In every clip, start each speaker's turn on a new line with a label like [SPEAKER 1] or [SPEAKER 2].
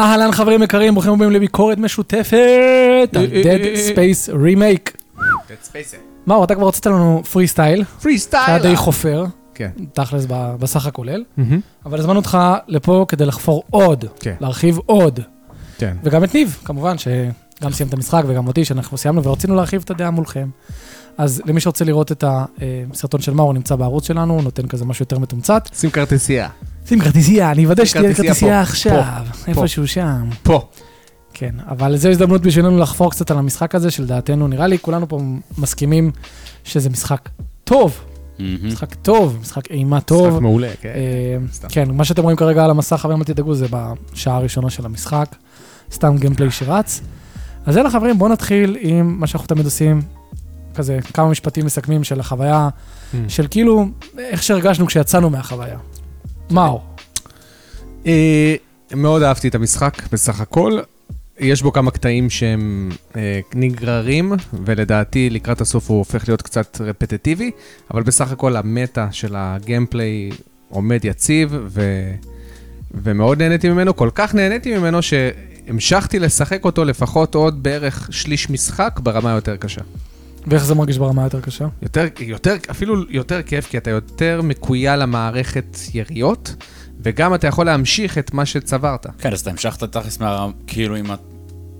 [SPEAKER 1] אהלן חברים יקרים, ברוכים הבאים לביקורת משותפת.
[SPEAKER 2] אה, Dead Space Remake.
[SPEAKER 3] Dead Space.
[SPEAKER 2] מאור, אתה כבר הוצאת לנו פרי סטייל, שהיה
[SPEAKER 3] פרי סטייל.
[SPEAKER 2] די חופר,
[SPEAKER 3] כן.
[SPEAKER 2] תכלס ב- בסך הכולל, אבל הזמנו אותך לפה כדי לחפור עוד,
[SPEAKER 3] כן.
[SPEAKER 2] להרחיב עוד,
[SPEAKER 3] כן.
[SPEAKER 2] וגם את ניב, כמובן, שגם סיים את המשחק וגם אותי, שאנחנו סיימנו ורצינו להרחיב את הדעה מולכם. אז למי שרוצה לראות את הסרטון של מאור, הוא נמצא בערוץ שלנו, הוא נותן כזה משהו יותר מתומצת.
[SPEAKER 3] שים כרטיסייה.
[SPEAKER 2] שים כרטיסייה, אני אוודא שתהיה
[SPEAKER 3] כרטיסייה
[SPEAKER 2] כרטיסייה
[SPEAKER 3] פה,
[SPEAKER 2] עכשיו,
[SPEAKER 3] פה,
[SPEAKER 2] איפשהו שם.
[SPEAKER 3] פה.
[SPEAKER 2] כן, אבל זו הזדמנות בשבילנו לחפור קצת על המשחק הזה, שלדעתנו, נראה לי, כולנו פה מסכימים שזה משחק טוב, משחק טוב, משחק אימה
[SPEAKER 3] משחק
[SPEAKER 2] טוב.
[SPEAKER 3] מעולה, כן.
[SPEAKER 2] אה,
[SPEAKER 3] סתם.
[SPEAKER 2] כן, מה שאתם רואים כרגע על המסך, חברים, אל תדאגו, זה בשעה הראשונה של המשחק, סתם גיימפליי שרץ. אז יאללה, חברים, בואו נתחיל עם מה שאנחנו תמיד עושים, כזה כמה משפטים מסכמים של החוויה, של כאילו, איך שהרגשנו כשיצאנו מהחוויה. מאור,
[SPEAKER 3] אה, מאוד אהבתי את המשחק בסך הכל. יש בו כמה קטעים שהם אה, נגררים, ולדעתי לקראת הסוף הוא הופך להיות קצת רפטטיבי, אבל בסך הכל המטה של הגיימפליי עומד יציב, ו... ומאוד נהניתי ממנו, כל כך נהניתי ממנו שהמשכתי לשחק אותו לפחות עוד בערך שליש משחק ברמה יותר קשה.
[SPEAKER 2] ואיך זה מרגיש ברמה היותר קשה?
[SPEAKER 3] יותר, יותר, אפילו יותר כיף, כי אתה יותר מקויה למערכת יריות, וגם אתה יכול להמשיך את מה שצברת.
[SPEAKER 4] כן, אז אתה המשכת תכלס מה... כאילו עם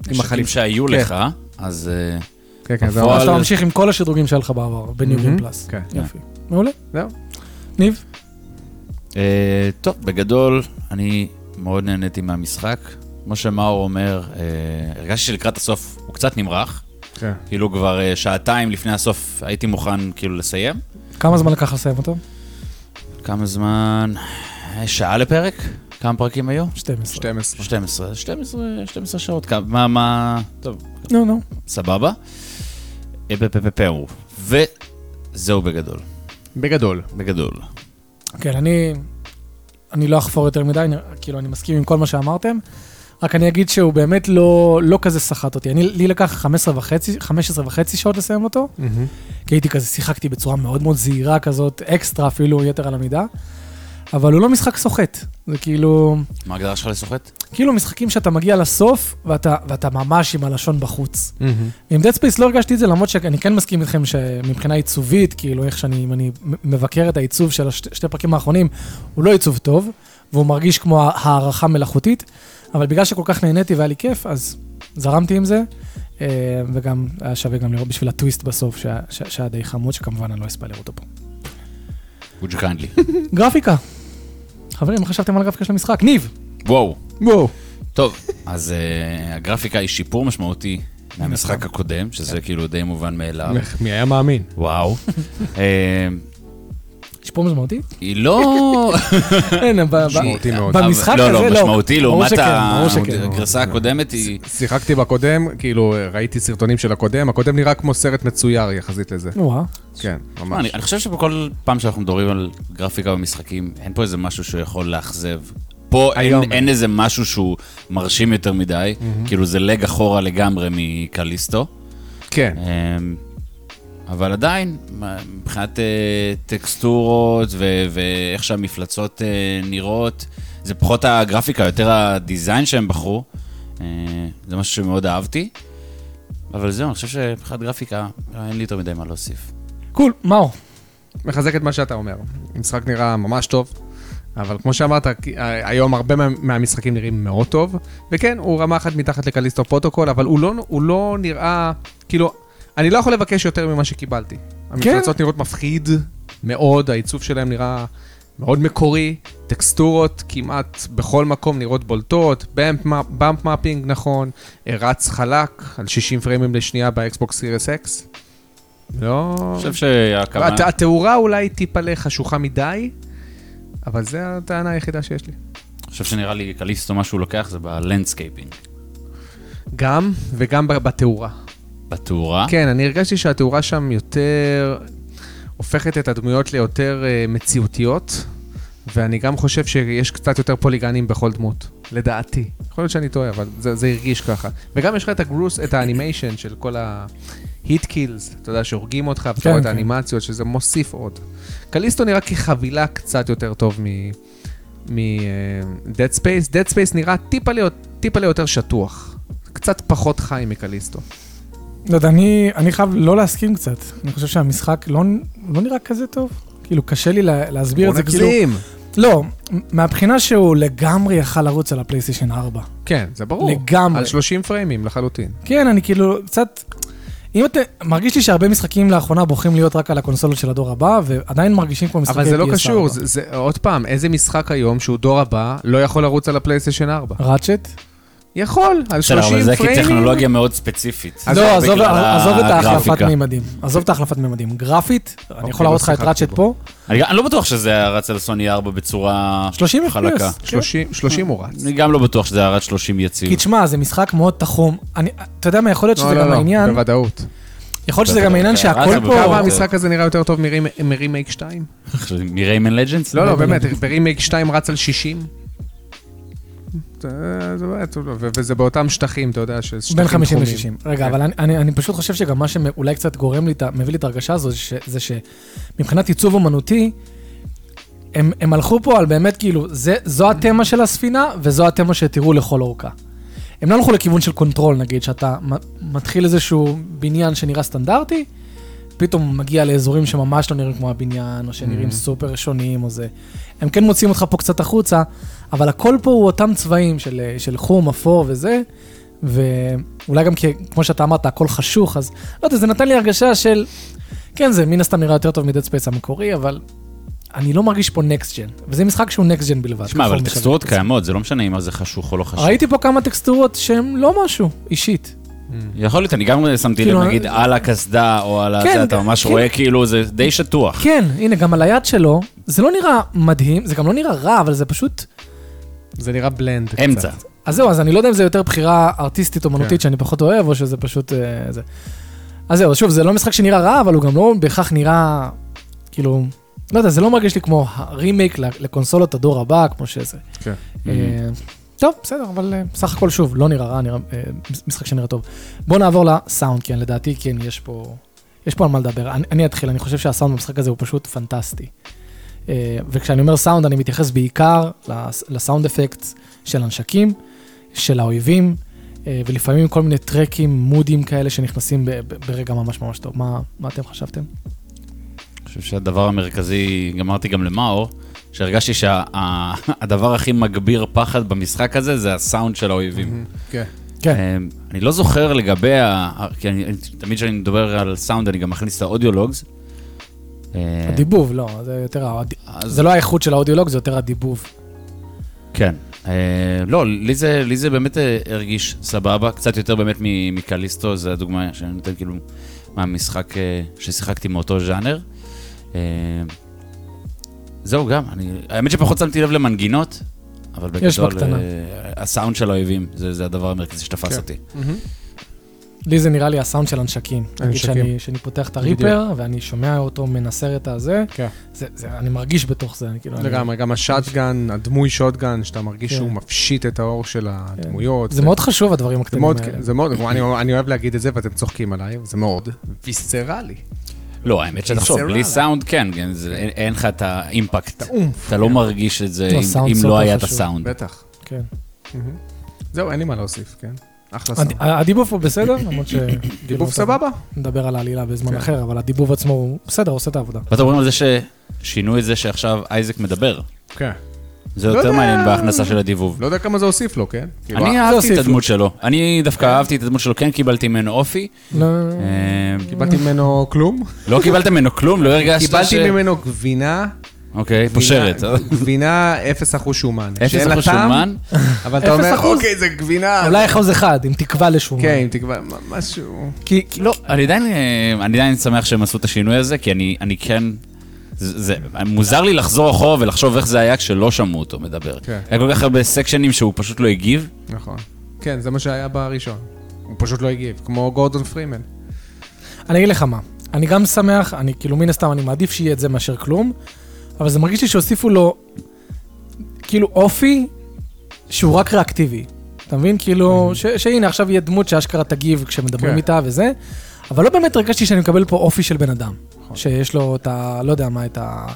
[SPEAKER 3] החליף.
[SPEAKER 4] החליפים שהיו
[SPEAKER 3] כן.
[SPEAKER 4] לך, אז... אה,
[SPEAKER 3] כן, כן, זה
[SPEAKER 4] בפועל-
[SPEAKER 3] ממש...
[SPEAKER 2] אז אתה
[SPEAKER 4] אבל-
[SPEAKER 2] ממשיך עם כל השדרוגים שהיה לך בעבר, בניו גיים פלאס.
[SPEAKER 3] כן.
[SPEAKER 2] יופי. מעולה.
[SPEAKER 3] זהו.
[SPEAKER 2] ניב?
[SPEAKER 4] אה, טוב, בגדול, אני מאוד נהניתי מהמשחק. כמו שמאור אומר, אה, הרגשתי שלקראת הסוף הוא קצת נמרח.
[SPEAKER 3] כן.
[SPEAKER 4] כאילו כבר אה, שעתיים לפני הסוף הייתי מוכן כאילו לסיים.
[SPEAKER 2] כמה זמן לקח לסיים אותו?
[SPEAKER 4] כמה זמן? אה, שעה לפרק? כמה פרקים היו?
[SPEAKER 2] 12.
[SPEAKER 3] 12.
[SPEAKER 4] 12, 12, 12 שעות, כמה, מה, מה, טוב,
[SPEAKER 2] נו, נו.
[SPEAKER 4] סבבה. אה, פ- פ- פ- פרו. וזהו בגדול,
[SPEAKER 3] בגדול.
[SPEAKER 4] בגדול.
[SPEAKER 2] כן, אני... אני לא אחפור יותר מדי, אני, כאילו, אני מסכים עם כל מה שאמרתם. רק אני אגיד שהוא באמת לא, לא כזה סחט אותי. אני, לי לקח 15 וחצי, 15 וחצי שעות לסיים אותו, כי הייתי כזה, שיחקתי בצורה מאוד מאוד זהירה כזאת, אקסטרה אפילו, יתר על המידה. אבל הוא לא משחק סוחט. זה כאילו...
[SPEAKER 4] מה ההגדרה שלך לסוחט?
[SPEAKER 2] כאילו משחקים שאתה מגיע לסוף, ואתה, ואתה ממש עם הלשון בחוץ. עם Dead Space לא הרגשתי את זה, למרות שאני כן מסכים איתכם שמבחינה עיצובית, כאילו איך שאני, אם אני מבקר את העיצוב של השתי שתי הפרקים האחרונים, הוא לא עיצוב טוב, והוא מרגיש כמו הערכה מלאכותית, אבל בגלל שכל כך נהניתי והיה לי כיף, אז זרמתי עם זה, אה, וגם היה שווה גם לראות בשביל הטוויסט בסוף, שהיה- שהיה שהיה די חמוד, שכמובן אני לא אספיילר אותו פה.
[SPEAKER 4] would you kindly.
[SPEAKER 2] גרפיקה. חברים, מה חשבתם על הגרפיקה של המשחק? ניב!
[SPEAKER 4] וואו.
[SPEAKER 3] וואו.
[SPEAKER 4] טוב, אז אה, הגרפיקה היא שיפור משמעותי מהמשחק הקודם, שזה כאילו די מובן מאליו.
[SPEAKER 3] מי היה מאמין?
[SPEAKER 4] וואו. אה,
[SPEAKER 2] שיפור משמעותי?
[SPEAKER 4] היא לא...
[SPEAKER 2] אין, ב- ב-
[SPEAKER 3] משמעותי מאוד.
[SPEAKER 2] במשחק הזה
[SPEAKER 4] לא,
[SPEAKER 2] לא.
[SPEAKER 4] לא, משמעותי
[SPEAKER 2] ברור
[SPEAKER 4] לעומת
[SPEAKER 2] שכן,
[SPEAKER 4] ה- כן.
[SPEAKER 2] ברור שכן.
[SPEAKER 4] הגרסה הקודמת היא...
[SPEAKER 3] שיחקתי בקודם, כאילו ראיתי סרטונים של הקודם, הקודם נראה כמו סרט מצויר יחסית לזה.
[SPEAKER 2] וואה.
[SPEAKER 3] כן,
[SPEAKER 4] מה,
[SPEAKER 3] ממש.
[SPEAKER 4] לא, אני אני חושב שבכל פעם שאנחנו מדברים על גרפיקה במשחקים, אין פה איזה משהו שיכול לאכזב. פה אין-
[SPEAKER 3] היום.
[SPEAKER 4] אין איזה משהו שהוא מרשים יותר מדי, כאילו זה לג אחורה לגמרי מקליסטו.
[SPEAKER 3] כן.
[SPEAKER 4] אמ, אבל עדיין, מה- מבחינת אה, טקסטורות ו- ואיך שהמפלצות אה, נראות, זה פחות הגרפיקה, יותר הדיזיין שהם בחרו. אה, זה משהו שמאוד אהבתי. אבל זהו, אני חושב שמבחינת גרפיקה, לא, אין לי יותר מדי מה להוסיף.
[SPEAKER 2] קול, מאור.
[SPEAKER 3] מחזק את מה שאתה אומר. המשחק נראה ממש טוב, אבל כמו שאמרת, כי- ה- היום הרבה מה- מהמשחקים נראים מאוד טוב, וכן, הוא רמה אחת מתחת לקליסטו פרוטוקול, אבל הוא לא, הוא לא נראה, כאילו, אני לא יכול לבקש יותר ממה שקיבלתי. המפלצות נראות מפחיד מאוד, העיצוב שלהם נראה מאוד מקורי, טקסטורות כמעט בכל מקום נראות בולטות, באמפ מפ- באמפ מפינג נכון, רץ חלק על 60 פריימים לשנייה באקסבוקס סיריס אקס. לא...
[SPEAKER 4] אני חושב שהכוונה...
[SPEAKER 3] הת- התאורה אולי טיפלה חשוכה מדי, אבל זו הטענה היחידה שיש לי.
[SPEAKER 4] אני חושב שנראה לי קליסטו, מה שהוא לוקח זה בלנדסקייפינג.
[SPEAKER 3] גם, וגם ב- בתאורה.
[SPEAKER 4] בתאורה.
[SPEAKER 2] אה?
[SPEAKER 3] כן, אני הרגשתי שהתאורה שם יותר הופכת את הדמויות ליותר אה, מציאותיות, ואני גם חושב שיש קצת יותר פוליגנים בכל דמות, לדעתי. יכול להיות שאני טועה, אבל זה, זה הרגיש ככה. וגם יש לך את הגרוס, את האנימיישן של כל ההיט קילס, אתה יודע, שהורגים אותך, ואתה
[SPEAKER 2] כן,
[SPEAKER 3] רואה את
[SPEAKER 2] כן.
[SPEAKER 3] האנימציות, שזה מוסיף עוד. קליסטו נראה כחבילה אה, קצת יותר טוב מ... מ-Dead Space. Dead Space נראה טיפה להיות טיפה יותר שטוח. קצת פחות חי מקליסטו.
[SPEAKER 2] לא יודע, אני, אני חייב לא להסכים קצת. אני חושב שהמשחק לא, לא נראה כזה טוב. כאילו, קשה לי לה, להסביר את זה. כאילו, לא, מהבחינה שהוא לגמרי יכל לרוץ על הפלייסטיישן 4.
[SPEAKER 3] כן, זה ברור.
[SPEAKER 2] לגמרי.
[SPEAKER 3] על 30 פריימים לחלוטין.
[SPEAKER 2] כן, אני כאילו קצת... אם אתה... מרגיש לי שהרבה משחקים לאחרונה בוחרים להיות רק על הקונסולות של הדור הבא, ועדיין מרגישים כמו משחקי
[SPEAKER 3] אבל זה לא
[SPEAKER 2] PS4.
[SPEAKER 3] קשור, זה- זה עוד פעם, איזה משחק היום שהוא דור הבא לא יכול לרוץ על הפלייסטיישן 4?
[SPEAKER 2] ראצ'ט?
[SPEAKER 3] יכול, על 30
[SPEAKER 4] בסדר,
[SPEAKER 3] פריימים.
[SPEAKER 4] אבל זה כי טכנולוגיה מאוד ספציפית.
[SPEAKER 3] אז
[SPEAKER 2] לא,
[SPEAKER 3] זה
[SPEAKER 2] עזוב
[SPEAKER 4] בגלל
[SPEAKER 2] עזוב את ההחלפת
[SPEAKER 4] הגרפיקה.
[SPEAKER 2] מימדים. עזוב את ההחלפת מימדים. גרפית, אני יכול
[SPEAKER 3] לא
[SPEAKER 2] להראות לך את
[SPEAKER 3] שיחקתי
[SPEAKER 2] ראצ'ט
[SPEAKER 3] בו.
[SPEAKER 2] פה,
[SPEAKER 4] אני אני לא בטוח שזה היה רץ על סוני 4 בצורה
[SPEAKER 2] 30 FPS.
[SPEAKER 4] חלקה.
[SPEAKER 3] 30 30 הוא רץ.
[SPEAKER 4] אני גם לא בטוח שזה היה רץ 30 יציב.
[SPEAKER 2] כי תשמע, זה משחק מאוד תחום. אני- אתה יודע מה, יכול להיות שזה
[SPEAKER 3] לא,
[SPEAKER 2] גם
[SPEAKER 3] לא, לא,
[SPEAKER 2] העניין, לא,
[SPEAKER 3] בוודאות.
[SPEAKER 2] יכול להיות שזה גם
[SPEAKER 4] בוודאי,
[SPEAKER 2] העניין
[SPEAKER 4] כן,
[SPEAKER 2] שהכל
[SPEAKER 4] רץ
[SPEAKER 2] פה...
[SPEAKER 4] בוודאי.
[SPEAKER 3] כמה המשחק הזה נראה יותר טוב מרימ- מרימייק 2?
[SPEAKER 4] מריימן לג'נדס?
[SPEAKER 3] לא, לא, באמת, ברימייק 2 רץ על 60? זה- זה באמת, ו- וזה באותם שטחים, אתה יודע, שזה שטחים
[SPEAKER 2] בין 50
[SPEAKER 3] חומים.
[SPEAKER 2] ל-60. רגע,
[SPEAKER 3] כן.
[SPEAKER 2] אבל אני- אני אני פשוט חושב שגם מה שאולי קצת גורם לי, את ה- מביא לי את ההרגשה הזו, ש- זה שמבחינת עיצוב אומנותי, הם הם הלכו פה על באמת כאילו, זה- זו התמה של הספינה, וזו התמה שתראו לכל אורכה. הם לא הלכו לכיוון של קונטרול, נגיד, שאתה מ- מתחיל איזשהו בניין שנראה סטנדרטי, פתאום מגיע לאזורים שממש לא נראים כמו הבניין, או
[SPEAKER 4] Mm-hmm.
[SPEAKER 2] שנראים סופר שונים, או זה. הם כן מוציאים אותך פה קצת החוצה, אבל הכל פה הוא אותם צבעים של, אה, של חום, אפור וזה, ואולי גם כי, כמו שאתה אמרת, הכל חשוך, אז לא יודע, זה נתן לי הרגשה של, כן, זה מן הסתם נראה יותר טוב מדד ספייס המקורי, אבל אני לא מרגיש פה נקסט ג'ן, וזה משחק שהוא נקסט ג'ן בלבד.
[SPEAKER 4] תשמע,
[SPEAKER 2] ככה
[SPEAKER 4] אבל
[SPEAKER 2] הוא
[SPEAKER 4] טקסטורות
[SPEAKER 2] משווק את
[SPEAKER 4] קיימות, זה לא משנה אם זה חשוך או לא
[SPEAKER 2] זה.
[SPEAKER 4] חשוך.
[SPEAKER 2] ראיתי פה כמה טקסטורות שהן לא משהו, אישית.
[SPEAKER 4] יכול להיות, אני גם שמתי לב,
[SPEAKER 2] כאילו,
[SPEAKER 4] נגיד, על הקסדה או על
[SPEAKER 2] כן,
[SPEAKER 4] הזה, אתה ממש
[SPEAKER 2] כן.
[SPEAKER 4] רואה כאילו, זה די שטוח.
[SPEAKER 2] כן, הנה, גם על היד שלו, זה לא נראה מדהים, זה גם לא נראה רע, אבל זה פשוט...
[SPEAKER 3] זה נראה בלנד קצת.
[SPEAKER 4] אמצע.
[SPEAKER 2] אז זהו, אז אני לא יודע אם זה יותר בחירה ארטיסטית אומנותית שאני פחות אוהב, או שזה פשוט... אה, זה. אז זהו, אז שוב, זה לא משחק שנראה רע, אבל הוא גם לא בהכרח נראה, כאילו, לא יודע, זה לא מרגיש לי כמו הרימייק ל- לקונסולות הדור הבא, כמו שזה.
[SPEAKER 3] כן.
[SPEAKER 2] אה, טוב, בסדר, אבל אה, בסך הכל, שוב, לא נראה רע, נראה, אה, משחק שנראה טוב. בואו נעבור לסאונד, כן, לדעתי, כן, יש פה, יש פה על מה לדבר. אני, אני אתחיל, אני חושב שהסאונד במשחק הזה הוא פשוט פנטסטי. אה, וכשאני אומר סאונד, אני מתייחס בעיקר לס- לסאונד אפקט של הנשקים, של האויבים, אה, ולפעמים כל מיני טרקים, מודים כאלה שנכנסים ב- ב- ברגע ממש ממש טוב. מה, מה אתם חשבתם?
[SPEAKER 4] אני חושב שהדבר המרכזי, אמרתי גם למאור, שהרגשתי שהדבר הכי מגביר פחד במשחק הזה, זה הסאונד של האויבים.
[SPEAKER 3] כן.
[SPEAKER 2] כן.
[SPEAKER 4] אמ, אני לא זוכר לגבי, ה- כי אני- תמיד כשאני מדבר על סאונד, אני גם מכניס את האודיולוגס. אה,
[SPEAKER 2] הדיבוב, לא, זה יותר, האודי-
[SPEAKER 4] אז-
[SPEAKER 2] זה לא האיכות של האודיולוג, זה יותר הדיבוב.
[SPEAKER 4] כן. אה, לא, לי זה, לי זה באמת אה, הרגיש סבבה, קצת יותר באמת מ- מקליסטו, זו הדוגמה שאני נותן כאילו מהמשחק אה, ששיחקתי מאותו ז'אנר. אה, זהו גם, אני, האמת שפחות שמתי לב למנגינות, אבל בגדול,
[SPEAKER 2] יש בקטנה.
[SPEAKER 4] אה, הסאונד של האויבים, זה, זה הדבר המרכזי שתפס
[SPEAKER 3] כן.
[SPEAKER 4] אותי.
[SPEAKER 2] לי זה נראה לי הסאונד של הנשקים.
[SPEAKER 3] אה,
[SPEAKER 2] נגיד
[SPEAKER 3] הנשקים.
[SPEAKER 2] שאני, שאני פותח את הריפר, ואני שומע אותו מנסר את הזה,
[SPEAKER 3] כן.
[SPEAKER 2] זה, זה, אני מרגיש בתוך זה, אני כאילו... אני-
[SPEAKER 3] לגמרי, גם השאטגן, הדמוי שוטגן, שאתה מרגיש
[SPEAKER 2] כן.
[SPEAKER 3] שהוא מפשיט את האור של הדמויות.
[SPEAKER 2] זה מאוד חשוב, הדברים
[SPEAKER 3] זה
[SPEAKER 2] הקטנים
[SPEAKER 3] מאוד,
[SPEAKER 2] האלה.
[SPEAKER 3] זה מאוד, אני- אני אוהב להגיד את זה ואתם צוחקים עליי, זה מאוד ויסצרלי.
[SPEAKER 4] לא, האמת שתחשוב,
[SPEAKER 3] סלולה.
[SPEAKER 4] בלי סאונד, כן, כן זה, אין, אין לך את האימפקט.
[SPEAKER 3] אוף.
[SPEAKER 4] אתה לא מרגיש את זה
[SPEAKER 2] לא,
[SPEAKER 4] אם,
[SPEAKER 2] סאונד
[SPEAKER 4] אם
[SPEAKER 2] סופר
[SPEAKER 4] לא היה את
[SPEAKER 2] חשוב.
[SPEAKER 4] הסאונד.
[SPEAKER 3] בטח.
[SPEAKER 2] כן.
[SPEAKER 3] זהו, אין לי מה להוסיף, כן? אחלה סאונד.
[SPEAKER 2] הד- הדיבוב הוא בסדר, למרות ש... לא
[SPEAKER 3] דיבוב סבבה?
[SPEAKER 2] נדבר על העלילה בזמן
[SPEAKER 3] כן.
[SPEAKER 2] אחר, אבל הדיבוב עצמו הוא בסדר, עושה את העבודה.
[SPEAKER 4] ואתם אומרים על זה ששינו את זה שעכשיו אייזק מדבר.
[SPEAKER 3] כן.
[SPEAKER 4] זה
[SPEAKER 3] לא
[SPEAKER 4] יותר
[SPEAKER 3] יודע.
[SPEAKER 4] מעניין בהכנסה של הדיבוב.
[SPEAKER 3] לא יודע כמה זה הוסיף לו, כן? כאילו,
[SPEAKER 4] אני
[SPEAKER 3] אה,
[SPEAKER 4] אהבתי את
[SPEAKER 2] הוסיפו.
[SPEAKER 4] הדמות שלו. אני דווקא אהבתי את הדמות שלו, כן קיבלתי ממנו אופי.
[SPEAKER 2] לא,
[SPEAKER 4] אה,
[SPEAKER 3] קיבלתי ממנו כלום?
[SPEAKER 4] לא קיבלת ממנו כלום, לא הרגשת ש...
[SPEAKER 3] קיבלתי ממנו גבינה.
[SPEAKER 4] אוקיי,
[SPEAKER 3] גבינה-
[SPEAKER 4] פושרת.
[SPEAKER 3] גבינה 0% שומן.
[SPEAKER 4] אפס
[SPEAKER 3] שאין לה
[SPEAKER 4] אחוז
[SPEAKER 3] טעם,
[SPEAKER 4] שומן.
[SPEAKER 3] אבל אתה אומר,
[SPEAKER 2] 0%.
[SPEAKER 3] אוקיי, זה גבינה.
[SPEAKER 2] אולי אחוז אחד, עם תקווה לשום.
[SPEAKER 3] כן, אם תקבע, מ- משהו...
[SPEAKER 2] כי... כי-
[SPEAKER 4] לא, אני עדיין, אה, אני עדיין שמח שהם עשו את השינוי הזה, כי אני, אני כן... זה, זה מוזר לי לחזור אחורה ולחשוב איך זה היה כשלא שמעו אותו מדבר.
[SPEAKER 3] כן.
[SPEAKER 4] היה כל כך הרבה סקשנים שהוא פשוט לא הגיב.
[SPEAKER 3] נכון. כן, זה מה שהיה בראשון. הוא פשוט לא הגיב, כמו גורדון פרימן.
[SPEAKER 2] אני אגיד לך מה, אני גם שמח, אני כאילו מן הסתם, אני מעדיף שיהיה את זה מאשר כלום, אבל זה מרגיש לי שהוסיפו לו כאילו אופי שהוא רק ריאקטיבי. אתה מבין? כאילו, ש- שהנה, עכשיו יהיה דמות שאשכרה תגיב כשמדברים
[SPEAKER 3] כן.
[SPEAKER 2] איתה וזה, אבל לא באמת הרגשתי שאני מקבל פה אופי של בן אדם, שיש לו את ה... לא יודע מה, את ה...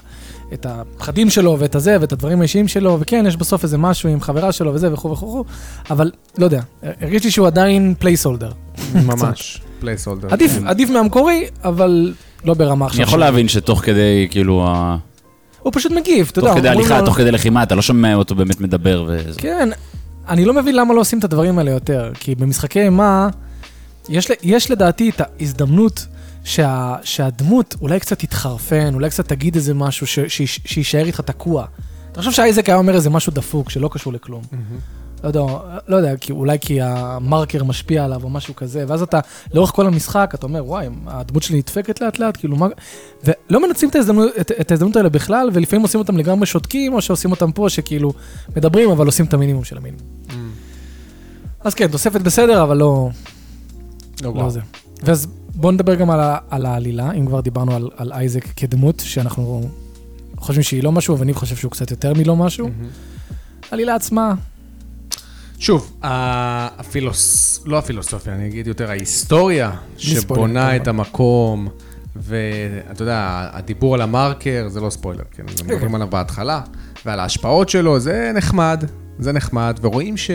[SPEAKER 2] את הפחדים שלו ואת הזה ואת הדברים האישיים שלו, וכן, יש בסוף איזה משהו עם חברה שלו וזה וכו' וכו', וכו', אבל לא יודע, הרגיש לי שהוא עדיין פלייסולדר.
[SPEAKER 3] ממש. פלייסולדר.
[SPEAKER 2] עדיף, עדיף מהמקורי, אבל לא ברמה עכשיו.
[SPEAKER 4] אוקיי. אני יכול
[SPEAKER 2] של-
[SPEAKER 4] להבין שתוך כדי, כאילו, ה-
[SPEAKER 2] הוא פשוט מגיב, אתה יודע.
[SPEAKER 4] תוך כדי
[SPEAKER 2] אומרים
[SPEAKER 4] הליכה,
[SPEAKER 2] לו-
[SPEAKER 4] תוך כדי לחימה, אתה לא שומע אותו באמת מדבר וזה.
[SPEAKER 2] כן, אני לא מבין למה לא עושים את הדברים האלה יותר, כי במשחקי אימה, יש, ל- יש לדעתי את ההזדמנות שה, שהדמות אולי קצת תתחרפן, אולי קצת תגיד איזה משהו ש, ש, שיישאר איתך תקוע. אתה חושב שאייזק היה אומר איזה משהו דפוק שלא קשור לכלום. לא יודע, לא יודע כי, אולי כי המרקר משפיע עליו או משהו כזה, ואז אתה, לאורך כל המשחק, אתה אומר, וואי, הדמות שלי נדפקת לאט לאט, כאילו מה... ולא מנצלים את ההזדמנות, את, את ההזדמנות האלה בכלל, ולפעמים עושים אותם לגמרי שותקים, או שעושים אותם פה, שכאילו מדברים, אבל עושים את המינימום של המינימום. אז כן, תוספת בסדר, אבל לא, לא זה. ואז בואו נדבר גם על, ה- על העלילה, אם כבר דיברנו על, על אייזק כדמות, שאנחנו חושבים שהיא לא משהו, וניב חושב שהוא קצת יותר מלא משהו. העלילה עצמה,
[SPEAKER 3] שוב, ה- הפילוס... לא הפילוסופיה, אני אגיד יותר ההיסטוריה שבונה
[SPEAKER 2] ספוילר,
[SPEAKER 3] את המקום, ואתה יודע, הדיבור על המרקר זה לא ספוילר, כן, זה מדברים עליו בהתחלה, ועל ההשפעות שלו, זה נחמד, זה נחמד, ורואים ש...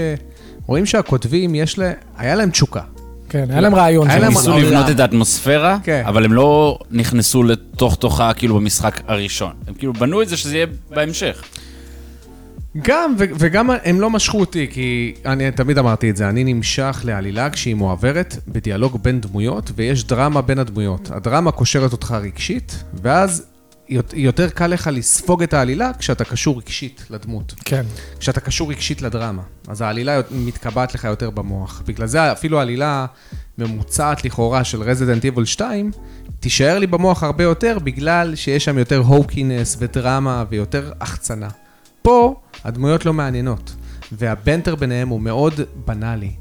[SPEAKER 3] רואים שהכותבים, יש לה... היה להם תשוקה.
[SPEAKER 2] כן, היה להם רעיון.
[SPEAKER 3] לא, היה
[SPEAKER 2] זה
[SPEAKER 3] להם-
[SPEAKER 2] ניסו.
[SPEAKER 4] ניסו
[SPEAKER 3] העולם.
[SPEAKER 4] לבנות את האטמוספירה,
[SPEAKER 3] כן.
[SPEAKER 4] אבל הם לא נכנסו לתוך תוכה כאילו במשחק הראשון. הם כאילו בנו את זה שזה יהיה בהמשך.
[SPEAKER 3] גם, ו- וגם הם לא משכו אותי, כי אני תמיד אמרתי את זה, אני נמשך לעלילה כשהיא מועברת בדיאלוג בין דמויות, ויש דרמה בין הדמויות. הדרמה קושרת אותך רגשית, ואז יות- יותר קל לך לספוג את העלילה כשאתה קשור רגשית לדמות.
[SPEAKER 2] כן,
[SPEAKER 3] כשאתה קשור רגשית לדרמה. אז העלילה יות- מתקבעת לך יותר במוח. בגלל זה אפילו העלילה ממוצעת לכאורה של רזידנט איבול 2, תישאר לי במוח הרבה יותר, בגלל שיש שם יותר הוקינס ודרמה ויותר החצנה. פה הדמויות לא מעניינות, והבנטר ביניהם הוא מאוד בנאלי.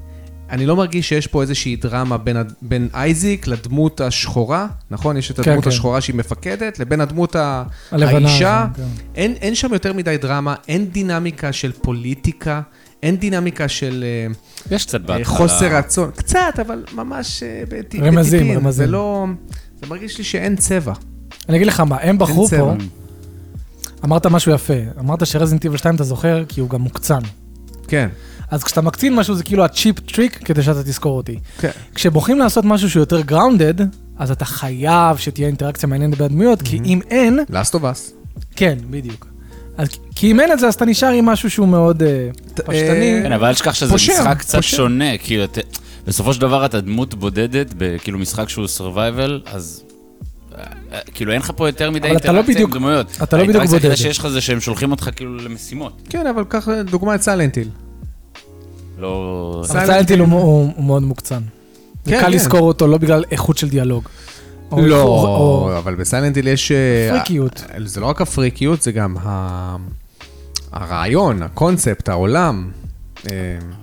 [SPEAKER 3] אני לא מרגיש שיש פה איזושהי דרמה בין, הד- בין אייזיק לדמות השחורה, נכון? יש את
[SPEAKER 2] כן,
[SPEAKER 3] הדמות
[SPEAKER 2] כן.
[SPEAKER 3] השחורה שהיא מפקדת, לבין הדמות ה...
[SPEAKER 2] הלבנה,
[SPEAKER 3] האישה,
[SPEAKER 2] כן.
[SPEAKER 3] אין, אין שם יותר מדי דרמה, אין דינמיקה של פוליטיקה, אין דינמיקה של אה,
[SPEAKER 4] יש קצת
[SPEAKER 3] אה,
[SPEAKER 4] בהתחלה.
[SPEAKER 3] חוסר רצון, קצת, אבל ממש אה, בטיפ- בטיפין.
[SPEAKER 2] רמזים,
[SPEAKER 3] זה
[SPEAKER 2] רמזים.
[SPEAKER 3] לא... זה מרגיש לי שאין צבע.
[SPEAKER 2] אני אגיד לך מה, הם בחרו
[SPEAKER 3] צבע.
[SPEAKER 2] פה, אמרת משהו יפה, אמרת שרזינטיבל 2 אתה זוכר, כי הוא גם מוקצן.
[SPEAKER 3] כן.
[SPEAKER 2] אז כשאתה מקצין משהו זה כאילו הצ'יפ טריק כדי שאתה תזכור אותי.
[SPEAKER 3] כן.
[SPEAKER 2] כשבוחרים לעשות משהו שהוא יותר גראונדד, אז אתה חייב שתהיה אינטראקציה מעניינת בין הדמויות, כי אם אין,
[SPEAKER 3] Last of Us.
[SPEAKER 2] כן, בדיוק. אז כי אם אין את זה, אז אתה נשאר עם משהו שהוא מאוד אה, פשטני.
[SPEAKER 4] כן, אבל אל תשכח שזה
[SPEAKER 3] פושע,
[SPEAKER 4] משחק קצת
[SPEAKER 3] פושע.
[SPEAKER 4] שונה, כאילו, אתה- בסופו של דבר אתה דמות בודדת, בכאילו משחק שהוא סרווייבל, אז... אה, כאילו אין לך פה יותר מדי
[SPEAKER 2] אבל אתה לא
[SPEAKER 4] אינטראקציה עם
[SPEAKER 2] בדיוק-
[SPEAKER 4] דמויות.
[SPEAKER 2] אתה לא בדיוק
[SPEAKER 4] האינטראקציה היחידה
[SPEAKER 2] בודדת.
[SPEAKER 4] שיש לך זה שהם שולחים אותך כאילו למשימות.
[SPEAKER 3] כן, אבל קח אה, דוגמא את סיילנטיל.
[SPEAKER 4] לא...
[SPEAKER 3] אבל-
[SPEAKER 2] אבל
[SPEAKER 3] Silent
[SPEAKER 2] סיילנטיל
[SPEAKER 3] Hill.
[SPEAKER 2] הוא הוא- הוא מאוד מוקצן.
[SPEAKER 3] כן,
[SPEAKER 2] קל
[SPEAKER 3] כן.
[SPEAKER 2] לזכור אותו לא בגלל איכות של דיאלוג. או-
[SPEAKER 4] לא.
[SPEAKER 2] או- או-
[SPEAKER 3] לא, אבל בסיילנטיל יש... אה,
[SPEAKER 2] פריקיות.
[SPEAKER 3] אה, זה לא רק הפריקיות, זה גם ה... הרעיון, הקונספט, העולם. אה,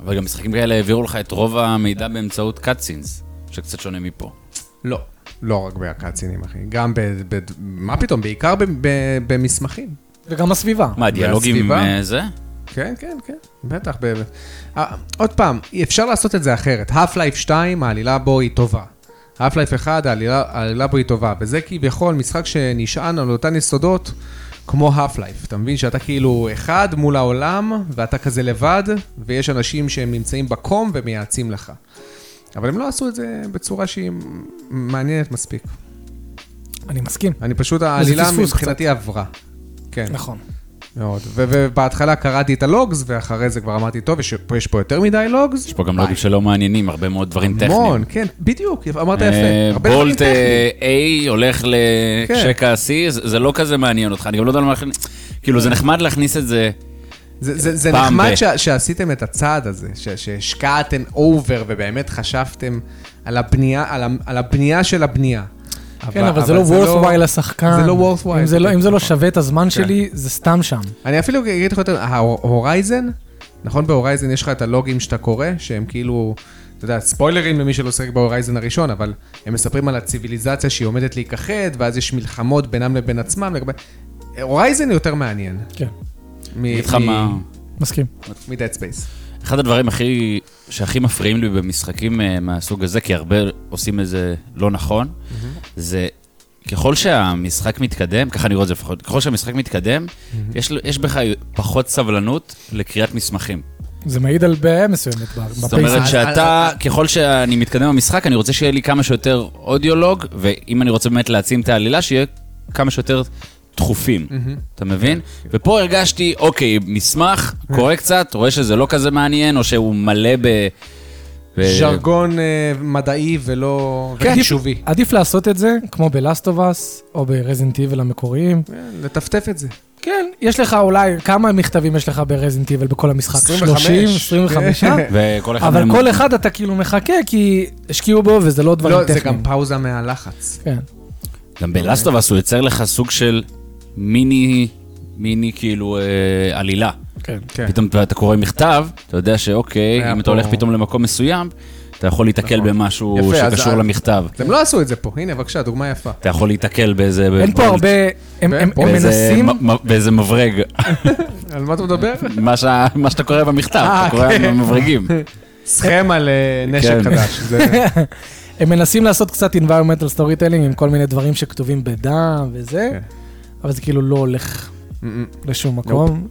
[SPEAKER 4] אבל גם משחקים כאלה העבירו לך את רוב המידע באמצעות קאטסינס, שקצת שונה מפה.
[SPEAKER 3] לא. לא רק בהקאצינים, אחי. גם ב... ב מה פתאום? בעיקר ב, ב, במסמכים.
[SPEAKER 2] וגם הסביבה.
[SPEAKER 4] מה, דיאלוגים
[SPEAKER 3] והסביבה?
[SPEAKER 4] אה, זה?
[SPEAKER 3] כן, כן, כן. בטח. ב, אה, עוד פעם, אפשר לעשות את זה אחרת. האף-לייף 2, העלילה בו היא טובה. האף-לייף 1, העלילה, העלילה בו היא טובה. וזה כביכול משחק שנשען על אותן יסודות כמו האף-לייף. אתה מבין שאתה כאילו אחד מול העולם, ואתה כזה לבד, ויש אנשים שהם נמצאים בקום ומייעצים לך. אבל הם לא עשו את זה בצורה שהיא מעניינת מספיק.
[SPEAKER 2] אני מסכים.
[SPEAKER 3] אני פשוט, העלילה
[SPEAKER 2] פספוס
[SPEAKER 3] מבחינתי עברה. כן,
[SPEAKER 2] נכון.
[SPEAKER 3] מאוד. ו- ובהתחלה קראתי את הלוגס, ואחרי זה כבר אמרתי, טוב, יש פה- יש פה יותר מדי לוגס.
[SPEAKER 4] יש פה גם לוגים שלא מעניינים, הרבה מאוד דברים טכניים.
[SPEAKER 3] המון, כן, בדיוק, אמרת
[SPEAKER 4] אה,
[SPEAKER 3] יפה. הרבה דברים
[SPEAKER 4] בולט
[SPEAKER 3] טכניים.
[SPEAKER 4] אה, A הולך
[SPEAKER 3] כן.
[SPEAKER 4] לשקע השיא, זה זה לא כזה מעניין אותך, אני גם לא יודע למה להכניס... כאילו, זה נחמד להכניס את זה.
[SPEAKER 3] זה- זה זה
[SPEAKER 4] פעם
[SPEAKER 3] נחמד
[SPEAKER 4] ב-
[SPEAKER 3] ש- שעשיתם את הצעד הזה, ש- שהשקעתם אובר ובאמת חשבתם על הבנייה, על ה- על הבנייה של הבנייה.
[SPEAKER 2] כן, אבל זה לא worthwhile לשחקן.
[SPEAKER 3] זה לא worthwhile. כן.
[SPEAKER 2] אם זה לא- אם זה לא שווה את הזמן שלי, זה סתם שם.
[SPEAKER 3] אני אפילו אגיד לך יותר, ההורייזן, נכון בהורייזן יש לך את הלוגים שאתה קורא, שהם כאילו, אתה יודע, ספוילרים למי שלא שיחק בהורייזן הראשון, אבל הם מספרים על הציוויליזציה שהיא עומדת להיכחד, ואז יש מלחמות בינם לבין עצמם. לגבי... הורייזן יותר מעניין.
[SPEAKER 2] כן,
[SPEAKER 3] מ-
[SPEAKER 4] אגיד לך
[SPEAKER 3] מ-
[SPEAKER 4] מה...
[SPEAKER 2] מסכים.
[SPEAKER 3] מ-Dead Space.
[SPEAKER 4] אחד הדברים הכי, שהכי מפריעים לי במשחקים אה, מהסוג הזה, כי הרבה עושים את זה לא נכון, זה ככל שהמשחק מתקדם, ככה אני רואה את זה לפחות, ככל שהמשחק מתקדם, יש, ל- יש בך פחות סבלנות לקריאת מסמכים.
[SPEAKER 2] זה מעיד על בעיה מסוימת ב- בפייסבוק.
[SPEAKER 4] זאת אומרת שאתה,
[SPEAKER 3] אה,
[SPEAKER 4] ככל שאני מתקדם במשחק, אני רוצה שיהיה לי כמה שיותר אודיולוג, ואם אני רוצה באמת להעצים את העלילה, שיהיה כמה שיותר דחופים, אתה מבין? ופה הרגשתי, אוקיי, מסמך, קורא קצת, רואה שזה לא כזה מעניין, או שהוא מלא ב... ב-
[SPEAKER 3] ז'רגון אה, מדעי ולא
[SPEAKER 2] כן,
[SPEAKER 3] ולא חישובי.
[SPEAKER 2] עדיף לעשות את זה, כמו ב-Last of Us, או ב-Resident Evil המקוריים.
[SPEAKER 3] אה, לטפטף את זה.
[SPEAKER 2] כן, יש לך אולי, כמה מכתבים יש לך ב-Resident Evil בכל המשחק?
[SPEAKER 3] 25.
[SPEAKER 2] 30, 25?
[SPEAKER 3] כן.
[SPEAKER 4] וכל אחד...
[SPEAKER 2] אבל
[SPEAKER 4] מהם-
[SPEAKER 2] כל אחד אתה כאילו מחכה, כי השקיעו בו, וזה לא דברים
[SPEAKER 3] לא, זה
[SPEAKER 2] טכניים.
[SPEAKER 3] גם פאוזה מהלחץ.
[SPEAKER 2] כן.
[SPEAKER 4] גם בלסטובס הוא יוצר לך סוג של מיני, מיני כאילו אה, עלילה.
[SPEAKER 2] כן.
[SPEAKER 3] כן.
[SPEAKER 4] פתאום אתה- אתה קורא מכתב, אתה יודע שאוקיי,
[SPEAKER 3] היה
[SPEAKER 4] אם
[SPEAKER 3] פה- נכון.
[SPEAKER 4] אתה הולך פתאום למקום מסוים, אתה יכול להיתקל במשהו
[SPEAKER 3] יפה, אז-
[SPEAKER 4] שקשור
[SPEAKER 3] אז-
[SPEAKER 4] למכתב.
[SPEAKER 3] הם לא עשו את זה פה, הנה בבקשה, דוגמה יפה.
[SPEAKER 4] אתה יכול להיתקל באיזה...
[SPEAKER 2] אין פה הרבה, הם- הם הם
[SPEAKER 4] באיזה
[SPEAKER 2] מנסים,
[SPEAKER 4] מ- מ- באיזה מברג,
[SPEAKER 3] על מה אתה מדבר?
[SPEAKER 4] מה שה- מה שאתה קורא במכתב,
[SPEAKER 3] אה,
[SPEAKER 4] אתה קורא
[SPEAKER 3] כן.
[SPEAKER 4] במברגים.
[SPEAKER 3] סכמה לנשק
[SPEAKER 4] כן.
[SPEAKER 3] אה, חדש. זה-
[SPEAKER 2] הם מנסים לעשות קצת environmental storytelling עם כל מיני דברים שכתובים בדם וזה,
[SPEAKER 3] כן.
[SPEAKER 2] אבל זה כאילו לא הולך
[SPEAKER 3] אמ,
[SPEAKER 2] לשום מקום.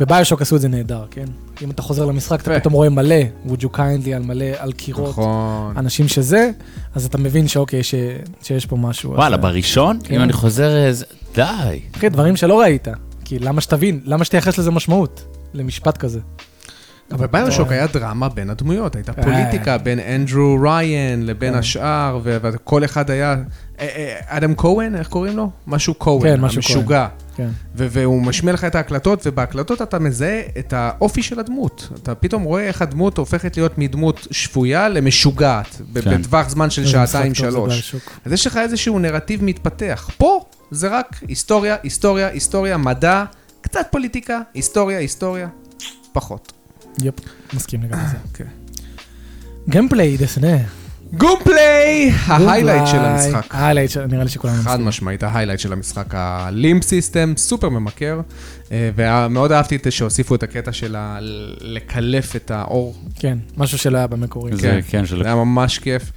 [SPEAKER 2] בביושוק עשו את זה נהדר, כן? אם אתה חוזר למשחק, אתה פתאום רואה מלא, would you kindly על מלא, על קירות,
[SPEAKER 3] נכון.
[SPEAKER 2] אנשים שזה, אז אתה מבין שאוקיי, ש- שיש פה משהו.
[SPEAKER 4] וואלה,
[SPEAKER 2] אז-
[SPEAKER 4] בראשון?
[SPEAKER 2] כן.
[SPEAKER 4] אם אני חוזר... אה, זה- די.
[SPEAKER 2] אחי, דברים שלא ראית, כי למה שתבין, למה שתייחס לזה משמעות, למשפט כזה.
[SPEAKER 3] אבל ביושוק היה דרמה בין הדמויות, הייתה
[SPEAKER 2] אה.
[SPEAKER 3] פוליטיקה בין אנדרו ריין לבין השאר, ו- וכל אחד היה... אה, אה, אדם כהן, איך קוראים לו? משהו כהן,
[SPEAKER 2] כן, משהו כהן.
[SPEAKER 3] המשוגע.
[SPEAKER 2] כן.
[SPEAKER 3] ו- והוא משמיע לך את ההקלטות, ובהקלטות אתה מזהה את האופי של הדמות. אתה פתאום רואה איך הדמות הופכת להיות מדמות שפויה למשוגעת, ב-
[SPEAKER 4] כן.
[SPEAKER 3] בטווח זמן של
[SPEAKER 2] זה
[SPEAKER 3] שעתיים,
[SPEAKER 2] משחק טוב, זה
[SPEAKER 3] שלוש.
[SPEAKER 2] ביושוק.
[SPEAKER 3] אז יש לך איזשהו נרטיב מתפתח. פה זה רק היסטוריה, היסטוריה, היסטוריה, מדע, קצת פוליטיקה, היסטוריה, היסטוריה, פחות.
[SPEAKER 2] יופ, מסכים לגמרי.
[SPEAKER 3] אוקיי.
[SPEAKER 2] גיימפליי, דסנה.
[SPEAKER 3] גומפליי! ההיילייט של המשחק.
[SPEAKER 2] ההיילייט, של- נראה לי שכולנו
[SPEAKER 3] חד
[SPEAKER 2] מסכימים.
[SPEAKER 3] משמעית, ההיילייט של המשחק, הלימפ סיסטם, סופר ממכר, אה, ומאוד אהבתי את זה שהוסיפו את הקטע של ה- לקלף את האור.
[SPEAKER 2] כן, משהו שלא היה במקורי.
[SPEAKER 4] זה כן, של-
[SPEAKER 3] זה היה ממש כיף.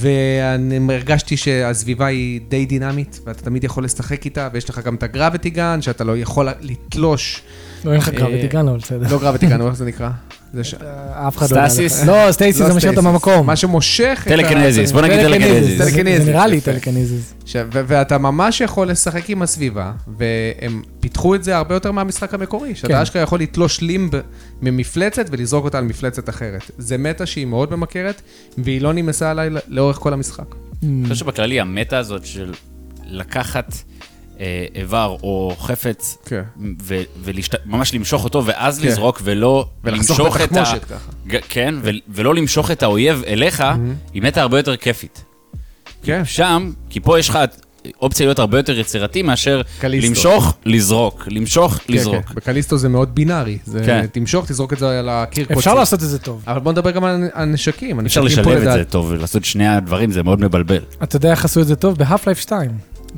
[SPEAKER 3] ואני הרגשתי שהסביבה היא די דינמית, ואתה תמיד יכול לשחק איתה, ויש לך גם את הגרביטי גן, שאתה לא יכול לתלוש.
[SPEAKER 2] לא, אין לך
[SPEAKER 3] אה,
[SPEAKER 2] גרביטי גן, אבל בסדר.
[SPEAKER 3] לא גרביטי גן, איך זה נקרא? זה ש-
[SPEAKER 2] אה, אף אחד לא יודע.
[SPEAKER 4] סטסיס?
[SPEAKER 2] לך. לא, סטייסיס
[SPEAKER 3] לא
[SPEAKER 2] זה משאיר אותו
[SPEAKER 3] סטייסיס.
[SPEAKER 2] במקום.
[SPEAKER 3] מה שמושך את ה-
[SPEAKER 4] טלקינזיס, בוא נגיד
[SPEAKER 2] טלקינזיס,
[SPEAKER 4] טלקינזיס.
[SPEAKER 2] זה-
[SPEAKER 3] טלקינזיס,
[SPEAKER 2] זה נראה לי
[SPEAKER 3] יפה.
[SPEAKER 2] טלקינזיס.
[SPEAKER 3] ש... ו- ואתה ממש יכול לשחק עם הסביבה, והם פיתחו את זה הרבה יותר מהמשחק המקורי, שאתה
[SPEAKER 2] כן.
[SPEAKER 3] כן. אשכרה יכול לתלוש לימב ממפלצת ולזרוק אותה על מפלצת אחרת. זה מטה שהיא מאוד ממכרת, והיא לא נמאסה עליי לא- לאורך כל המשחק.
[SPEAKER 4] אני חושב שבכללי המטה הזאת של לקחת אה, איבר או חפץ,
[SPEAKER 3] כן.
[SPEAKER 4] וממש למשוך אותו, ואז
[SPEAKER 3] כן.
[SPEAKER 4] לזרוק, ולא
[SPEAKER 3] ולחסוך
[SPEAKER 4] למשוך את ה...
[SPEAKER 3] בתחמושת ככה.
[SPEAKER 4] ג- כן, ו- ולא למשוך את האויב אליך, היא מטה הרבה יותר כיפית.
[SPEAKER 3] כן.
[SPEAKER 4] שם, כי פה יש לך אופציה להיות הרבה יותר יצירתי מאשר
[SPEAKER 3] קליסטו.
[SPEAKER 4] למשוך, לזרוק, למשוך, לזרוק.
[SPEAKER 3] כן, כן. בקליסטו זה מאוד בינארי. זה...
[SPEAKER 4] כן.
[SPEAKER 3] תמשוך, תזרוק את זה על הקיר קוצי.
[SPEAKER 2] אפשר לעשות את זה טוב.
[SPEAKER 3] אבל בוא נדבר גם על הנשקים.
[SPEAKER 4] אפשר לשלב את זה טוב, לעשות שני הדברים, זה מאוד מבלבל.
[SPEAKER 2] אתה יודע איך עשו את זה טוב? בהאף לייף 2.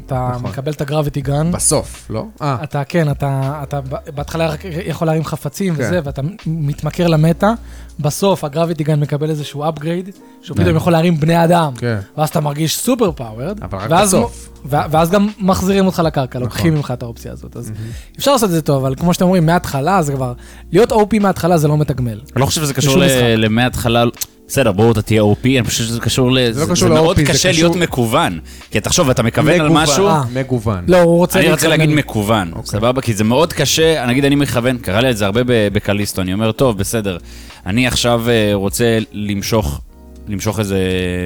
[SPEAKER 2] אתה
[SPEAKER 3] נכון.
[SPEAKER 2] מקבל את הגרביטי גן,
[SPEAKER 3] בסוף, לא? אה,
[SPEAKER 2] אתה כן, אתה, אתה ב- בהתחלה רק יכול להרים חפצים
[SPEAKER 3] כן.
[SPEAKER 2] וזה, ואתה מתמכר למטה, בסוף הגרביטי גן מקבל איזשהו upgrade, שהוא פתאום יכול להרים בני אדם,
[SPEAKER 3] כן.
[SPEAKER 2] ואז אתה מרגיש סופר פאוורד,
[SPEAKER 3] אבל רק
[SPEAKER 2] ואז,
[SPEAKER 3] בסוף. נכון.
[SPEAKER 2] ו- ואז גם מחזירים אותך לקרקע, לוקחים ממך את האופציה הזאת, אז אפשר לעשות את זה טוב, אבל כמו שאתם אומרים, מההתחלה זה כבר, להיות OP מההתחלה זה לא מתגמל.
[SPEAKER 4] אני לא חושב שזה קשור
[SPEAKER 2] בשום
[SPEAKER 4] ל-
[SPEAKER 2] משחק.
[SPEAKER 4] למההתחלה, בסדר, ברור, אתה תהיה OP, אני חושב שזה קשור ל...
[SPEAKER 3] לא קשור
[SPEAKER 4] מאוד
[SPEAKER 3] ל-OP, זה
[SPEAKER 4] קשה
[SPEAKER 3] קשור-
[SPEAKER 4] להיות מקוון. כי תחשוב, אתה מכוון על
[SPEAKER 3] מגוון.
[SPEAKER 4] משהו,
[SPEAKER 2] אה.
[SPEAKER 3] מגוון.
[SPEAKER 2] לא, הוא רוצה...
[SPEAKER 4] אני רוצה
[SPEAKER 2] להתכוונן.
[SPEAKER 4] להגיד מקוון, סבבה? כי זה מאוד קשה, נגיד אני מכוון, קרה לי את זה הרבה ב- בקליסטו, אני אומר, טוב, בסדר, אני עכשיו אה, רוצה למשוך, למשוך איזה,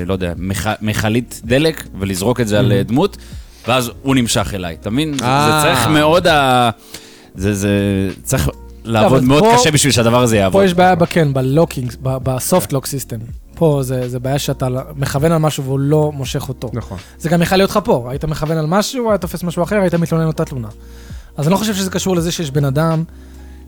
[SPEAKER 4] לא יודע, מח- מכלית דלק ולזרוק את זה על אה, דמות, ואז הוא נמשך אליי, אתה מבין? זה- זה
[SPEAKER 3] אה.
[SPEAKER 4] צריך מאוד, ה- זה זה צריך לעבוד
[SPEAKER 2] אבל
[SPEAKER 4] מאוד
[SPEAKER 2] פה-
[SPEAKER 4] קשה בשביל שהדבר הזה יעבוד.
[SPEAKER 2] פה יש בעיה, ב- כן, בלוקינג, בסופט
[SPEAKER 3] כן.
[SPEAKER 2] לוק סיסטם. פה זה, זה בעיה שאתה מכוון על משהו והוא לא מושך אותו.
[SPEAKER 3] נכון.
[SPEAKER 2] זה גם יכול להיות לך פה, היית מכוון על משהו, היה תופס משהו אחר, היית מתלונן אותה תלונה. אז אני לא חושב שזה קשור לזה שיש בן אדם,